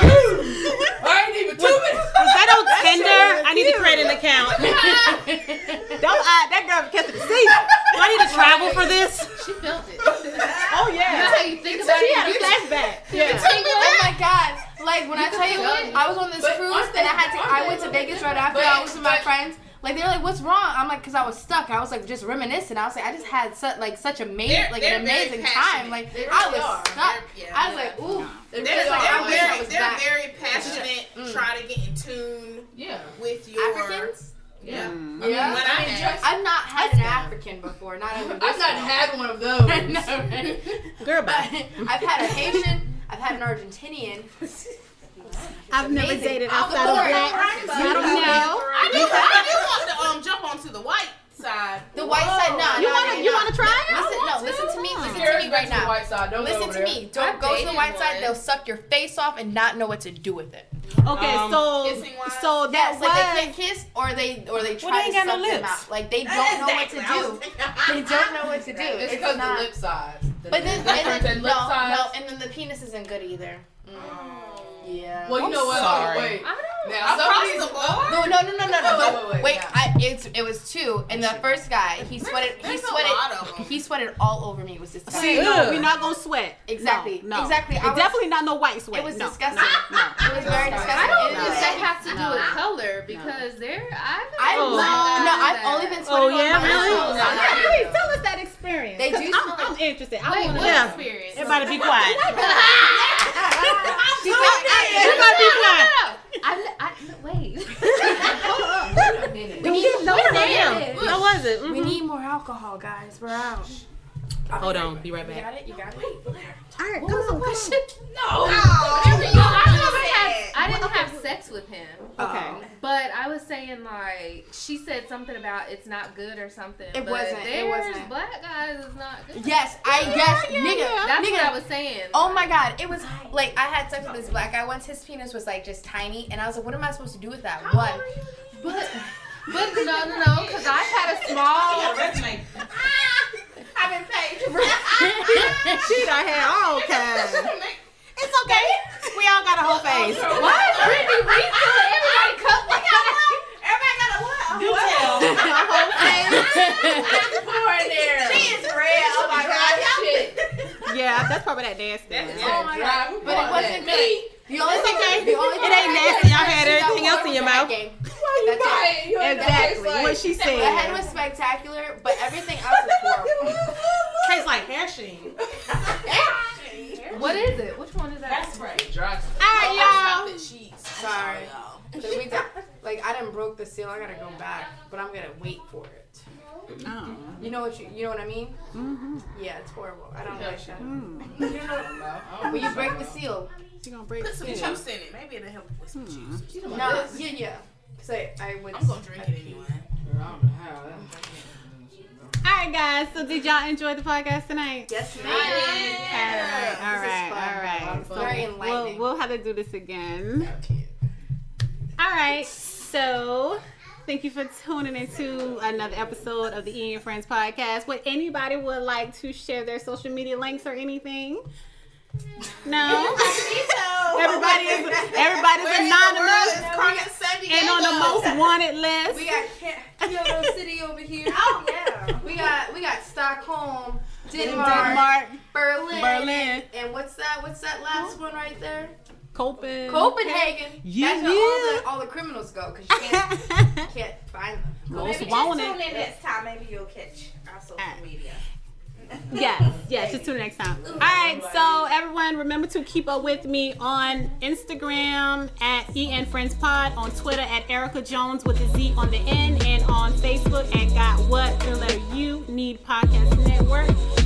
Speaker 3: I ain't even two minutes.
Speaker 1: Was that on Tinder? I need to create an account. Don't uh, that girl kept it safe. Do I need to travel for this?
Speaker 5: She felt it.
Speaker 1: [LAUGHS] Oh yeah.
Speaker 5: That's how you think about
Speaker 1: She
Speaker 5: it.
Speaker 1: had a flashback. Yeah.
Speaker 2: Oh my god! Like when I tell you, what, I was on this
Speaker 3: But
Speaker 2: cruise
Speaker 3: aren't
Speaker 2: and I
Speaker 3: they-
Speaker 2: had to.
Speaker 3: aren't
Speaker 2: I
Speaker 3: they
Speaker 2: went to
Speaker 3: looking
Speaker 2: Vegas
Speaker 3: at
Speaker 2: right
Speaker 3: that?
Speaker 2: after.
Speaker 3: But-
Speaker 2: I was with my
Speaker 3: but-
Speaker 2: friends. Like they were like, "What's wrong?" I'm like, "Cause I was stuck." I was like, just reminiscing. I was like, I just had such like such amazing
Speaker 6: They're-
Speaker 2: like
Speaker 6: they're
Speaker 2: an
Speaker 6: very
Speaker 2: amazing
Speaker 6: passionate.
Speaker 2: time. Like
Speaker 3: They
Speaker 2: I
Speaker 3: really
Speaker 2: was
Speaker 3: are.
Speaker 2: stuck.
Speaker 6: They're- yeah,
Speaker 2: I was
Speaker 6: yeah.
Speaker 2: like, "Ooh."
Speaker 3: They're,
Speaker 6: They're,
Speaker 2: It's
Speaker 3: like,
Speaker 2: like,
Speaker 6: they're
Speaker 2: I wish I
Speaker 6: very,
Speaker 2: was
Speaker 6: they're
Speaker 2: back.
Speaker 6: very passionate. Try to get in tune
Speaker 3: yeah,
Speaker 6: with your Mm.
Speaker 2: Africans?
Speaker 3: yeah.
Speaker 2: Yeah.
Speaker 6: What I
Speaker 3: I mean,
Speaker 6: had.
Speaker 3: just,
Speaker 2: I've not had an African before. Not even.
Speaker 3: I've not
Speaker 2: [LAUGHS]
Speaker 3: had one of those.
Speaker 2: no, right?
Speaker 4: Girl,
Speaker 2: But
Speaker 4: bye.
Speaker 2: I've had a Haitian. I've had an Argentinian.
Speaker 1: I've never
Speaker 2: amazing.
Speaker 1: dated
Speaker 2: All the
Speaker 1: outside of
Speaker 2: boys.
Speaker 1: black. I don't know.
Speaker 6: I do, I do want to um jump onto the white side.
Speaker 2: The white side, nah.
Speaker 1: You
Speaker 2: nah,
Speaker 1: wanna
Speaker 2: nah,
Speaker 1: you
Speaker 2: nah.
Speaker 1: wanna try it?
Speaker 2: Listen, no, listen to me. Listen to
Speaker 3: Carry
Speaker 2: me
Speaker 3: back
Speaker 2: right
Speaker 3: to the
Speaker 2: now.
Speaker 3: white side. Don't go
Speaker 2: Listen
Speaker 3: over
Speaker 2: to
Speaker 3: there.
Speaker 2: me. Don't
Speaker 7: I've
Speaker 2: go to the
Speaker 7: dated
Speaker 2: white side.
Speaker 7: one.
Speaker 2: They'll suck your face off and not know what to do with it.
Speaker 1: Okay,
Speaker 4: Um,
Speaker 1: so
Speaker 6: Kissing wise.
Speaker 1: so that
Speaker 2: Yes, like
Speaker 1: was
Speaker 2: they can't kiss or they or they try
Speaker 4: they
Speaker 2: to suck
Speaker 4: ain't got no
Speaker 2: them
Speaker 4: lips.
Speaker 2: out. Like they don't know what to do. They
Speaker 6: [LAUGHS]
Speaker 2: don't know what to do.
Speaker 3: It's
Speaker 2: It's,
Speaker 3: because
Speaker 2: not.
Speaker 3: the lip sides. The
Speaker 2: but then,
Speaker 3: different
Speaker 2: and
Speaker 3: than
Speaker 2: then no,
Speaker 3: lip sides.
Speaker 2: no, and then the penis isn't good either. Yeah.
Speaker 3: Well, you know what?
Speaker 4: sorry.
Speaker 3: Wait.
Speaker 7: I don't know.
Speaker 3: Now, some of
Speaker 6: Across
Speaker 3: these
Speaker 6: the board.
Speaker 2: No, no, no, no, no, no.
Speaker 3: Wait,
Speaker 2: Wait,
Speaker 3: wait, wait, yeah.
Speaker 2: I, it's, it was two, and the first guy, he sweated, he
Speaker 6: There's a
Speaker 2: sweated,
Speaker 6: lot of 'em.
Speaker 2: he sweated all over me. Was this guy?
Speaker 1: See, no, we're not gonna sweat.
Speaker 2: Exactly,
Speaker 1: No, no.
Speaker 2: exactly. I
Speaker 1: And
Speaker 2: was-
Speaker 1: definitely not no white sweat.
Speaker 2: It was
Speaker 1: no,
Speaker 2: disgusting. [LAUGHS]
Speaker 1: No, no.
Speaker 2: It was very disgusting.
Speaker 5: I don't
Speaker 2: It
Speaker 5: think
Speaker 2: was
Speaker 5: they have to do
Speaker 1: No.
Speaker 5: with color because they're. I've.
Speaker 2: I
Speaker 1: Oh.
Speaker 2: no, no, I've only been
Speaker 4: Oh,
Speaker 2: sweating
Speaker 4: yeah,
Speaker 2: on my
Speaker 4: really?
Speaker 2: toes.
Speaker 1: Yeah,
Speaker 2: I-
Speaker 1: please tell us that experience.
Speaker 2: They
Speaker 1: 'cause
Speaker 2: do
Speaker 1: I'm,
Speaker 2: smell
Speaker 1: I'm
Speaker 2: like-
Speaker 1: interested. I
Speaker 5: Wait,
Speaker 1: want to know.
Speaker 5: what
Speaker 4: Yeah.
Speaker 5: experience?
Speaker 1: Everybody be quiet.
Speaker 2: [LAUGHS] She said-
Speaker 1: [LAUGHS] Everybody be quiet.
Speaker 5: I, I,
Speaker 2: [LAUGHS]
Speaker 5: wait.
Speaker 1: We need no
Speaker 5: damn.
Speaker 1: What was it? Mm-hmm.
Speaker 2: We need more alcohol, guys. We're out.
Speaker 4: Hold on. Be right back.
Speaker 2: it? You got it?
Speaker 1: All right, come on, come
Speaker 5: I, never had, I didn't have sex with him,
Speaker 1: on. Okay.
Speaker 5: but I was saying like she said something about it's not good or something.
Speaker 2: It
Speaker 5: but
Speaker 2: wasn't, it
Speaker 5: theirs,
Speaker 2: wasn't.
Speaker 5: Black guys is not good.
Speaker 2: Yes, I yes, nigga.
Speaker 5: That's
Speaker 2: nigga.
Speaker 5: what I was saying.
Speaker 2: Oh my god, it was like I had sex with this black guy once. His penis was like just tiny, and I was like, "What am I supposed to do with that?" One,
Speaker 5: But but no no no because I've had a small.
Speaker 6: I've been paid.
Speaker 1: [LAUGHS] She done had all kinds. It's okay. We all got a whole face.
Speaker 5: Why is Brittany Reese everybody come like
Speaker 6: Everybody got a what?
Speaker 1: You tell. A whole face.
Speaker 3: are there.
Speaker 6: She is red. Oh my god. Y'all-
Speaker 3: Shit.
Speaker 1: Yeah, that's probably that dance
Speaker 6: That
Speaker 1: thing.
Speaker 6: is
Speaker 3: Oh
Speaker 6: that
Speaker 3: my
Speaker 6: dry.
Speaker 3: God.
Speaker 2: but it wasn't me. The only
Speaker 1: It's
Speaker 2: thing
Speaker 1: okay.
Speaker 2: the only
Speaker 1: It
Speaker 2: thing
Speaker 1: ain't
Speaker 2: I
Speaker 1: nasty. Y'all
Speaker 2: I
Speaker 1: had
Speaker 2: that
Speaker 1: everything else
Speaker 2: one
Speaker 1: in your
Speaker 2: was that
Speaker 1: mouth.
Speaker 2: game.
Speaker 3: Why
Speaker 2: That's it.
Speaker 3: you lying?
Speaker 1: Exactly. What she
Speaker 2: The head
Speaker 1: said.
Speaker 2: was spectacular, but everything else was
Speaker 1: [LAUGHS]
Speaker 2: horrible.
Speaker 1: Tastes like hair sheen.
Speaker 5: What is it? Which one is that?
Speaker 3: right. Dry.
Speaker 1: All right, y'all.
Speaker 2: Sorry. So we did, like I done broke the seal. I gotta go back, but I'm gonna wait for it. You know what you you know what I mean? Mm-hmm. Yeah, it's horrible. I don't like that.
Speaker 3: Well,
Speaker 2: Will you break the seal?
Speaker 1: She gonna break
Speaker 6: Put some
Speaker 1: it.
Speaker 6: juice in it. Maybe it'll help with some juice.
Speaker 2: No. Yeah, yeah. Cause I I went.
Speaker 6: I'm gonna drink it anyway.
Speaker 1: All right, guys. So, did y'all enjoy the podcast tonight?
Speaker 2: Yes, ma'am.
Speaker 1: All right, all
Speaker 2: This
Speaker 1: right,
Speaker 2: is fun.
Speaker 1: all right.
Speaker 2: Very
Speaker 1: We'll,
Speaker 2: enlightening.
Speaker 1: we'll know how to do this again. All right. So, thank you for tuning into another episode of the Ian Friends podcast. Would anybody would like to share their social media links or anything?
Speaker 2: [LAUGHS]
Speaker 1: No. everybody is everybody's anonymous
Speaker 6: Carmen San Diego.
Speaker 1: and on the most wanted
Speaker 2: We
Speaker 1: list.
Speaker 2: got Ca- Kyoto [LAUGHS] City over here.
Speaker 7: Oh yeah.
Speaker 2: We got we got Stockholm, Denmark,
Speaker 1: Denmark,
Speaker 2: Berlin,
Speaker 1: Berlin,
Speaker 2: and what's that? What's that last one right there?
Speaker 1: Copen.
Speaker 2: Copenhagen.
Speaker 1: Yeah,
Speaker 2: That's where all
Speaker 1: yeah.
Speaker 2: the all the criminals go because you can't can't find them.
Speaker 1: most
Speaker 7: Maybe just
Speaker 1: wanted.
Speaker 7: tune in next time. Maybe you'll catch our social
Speaker 1: Alright.
Speaker 7: media.
Speaker 1: yes, yes. Just tune in next time. All right. So everyone, remember to keep up with me on Instagram at en friends pod, on Twitter at Erica Jones with a Z on the end, and on Facebook at Got What the Letter U Need Podcast Network.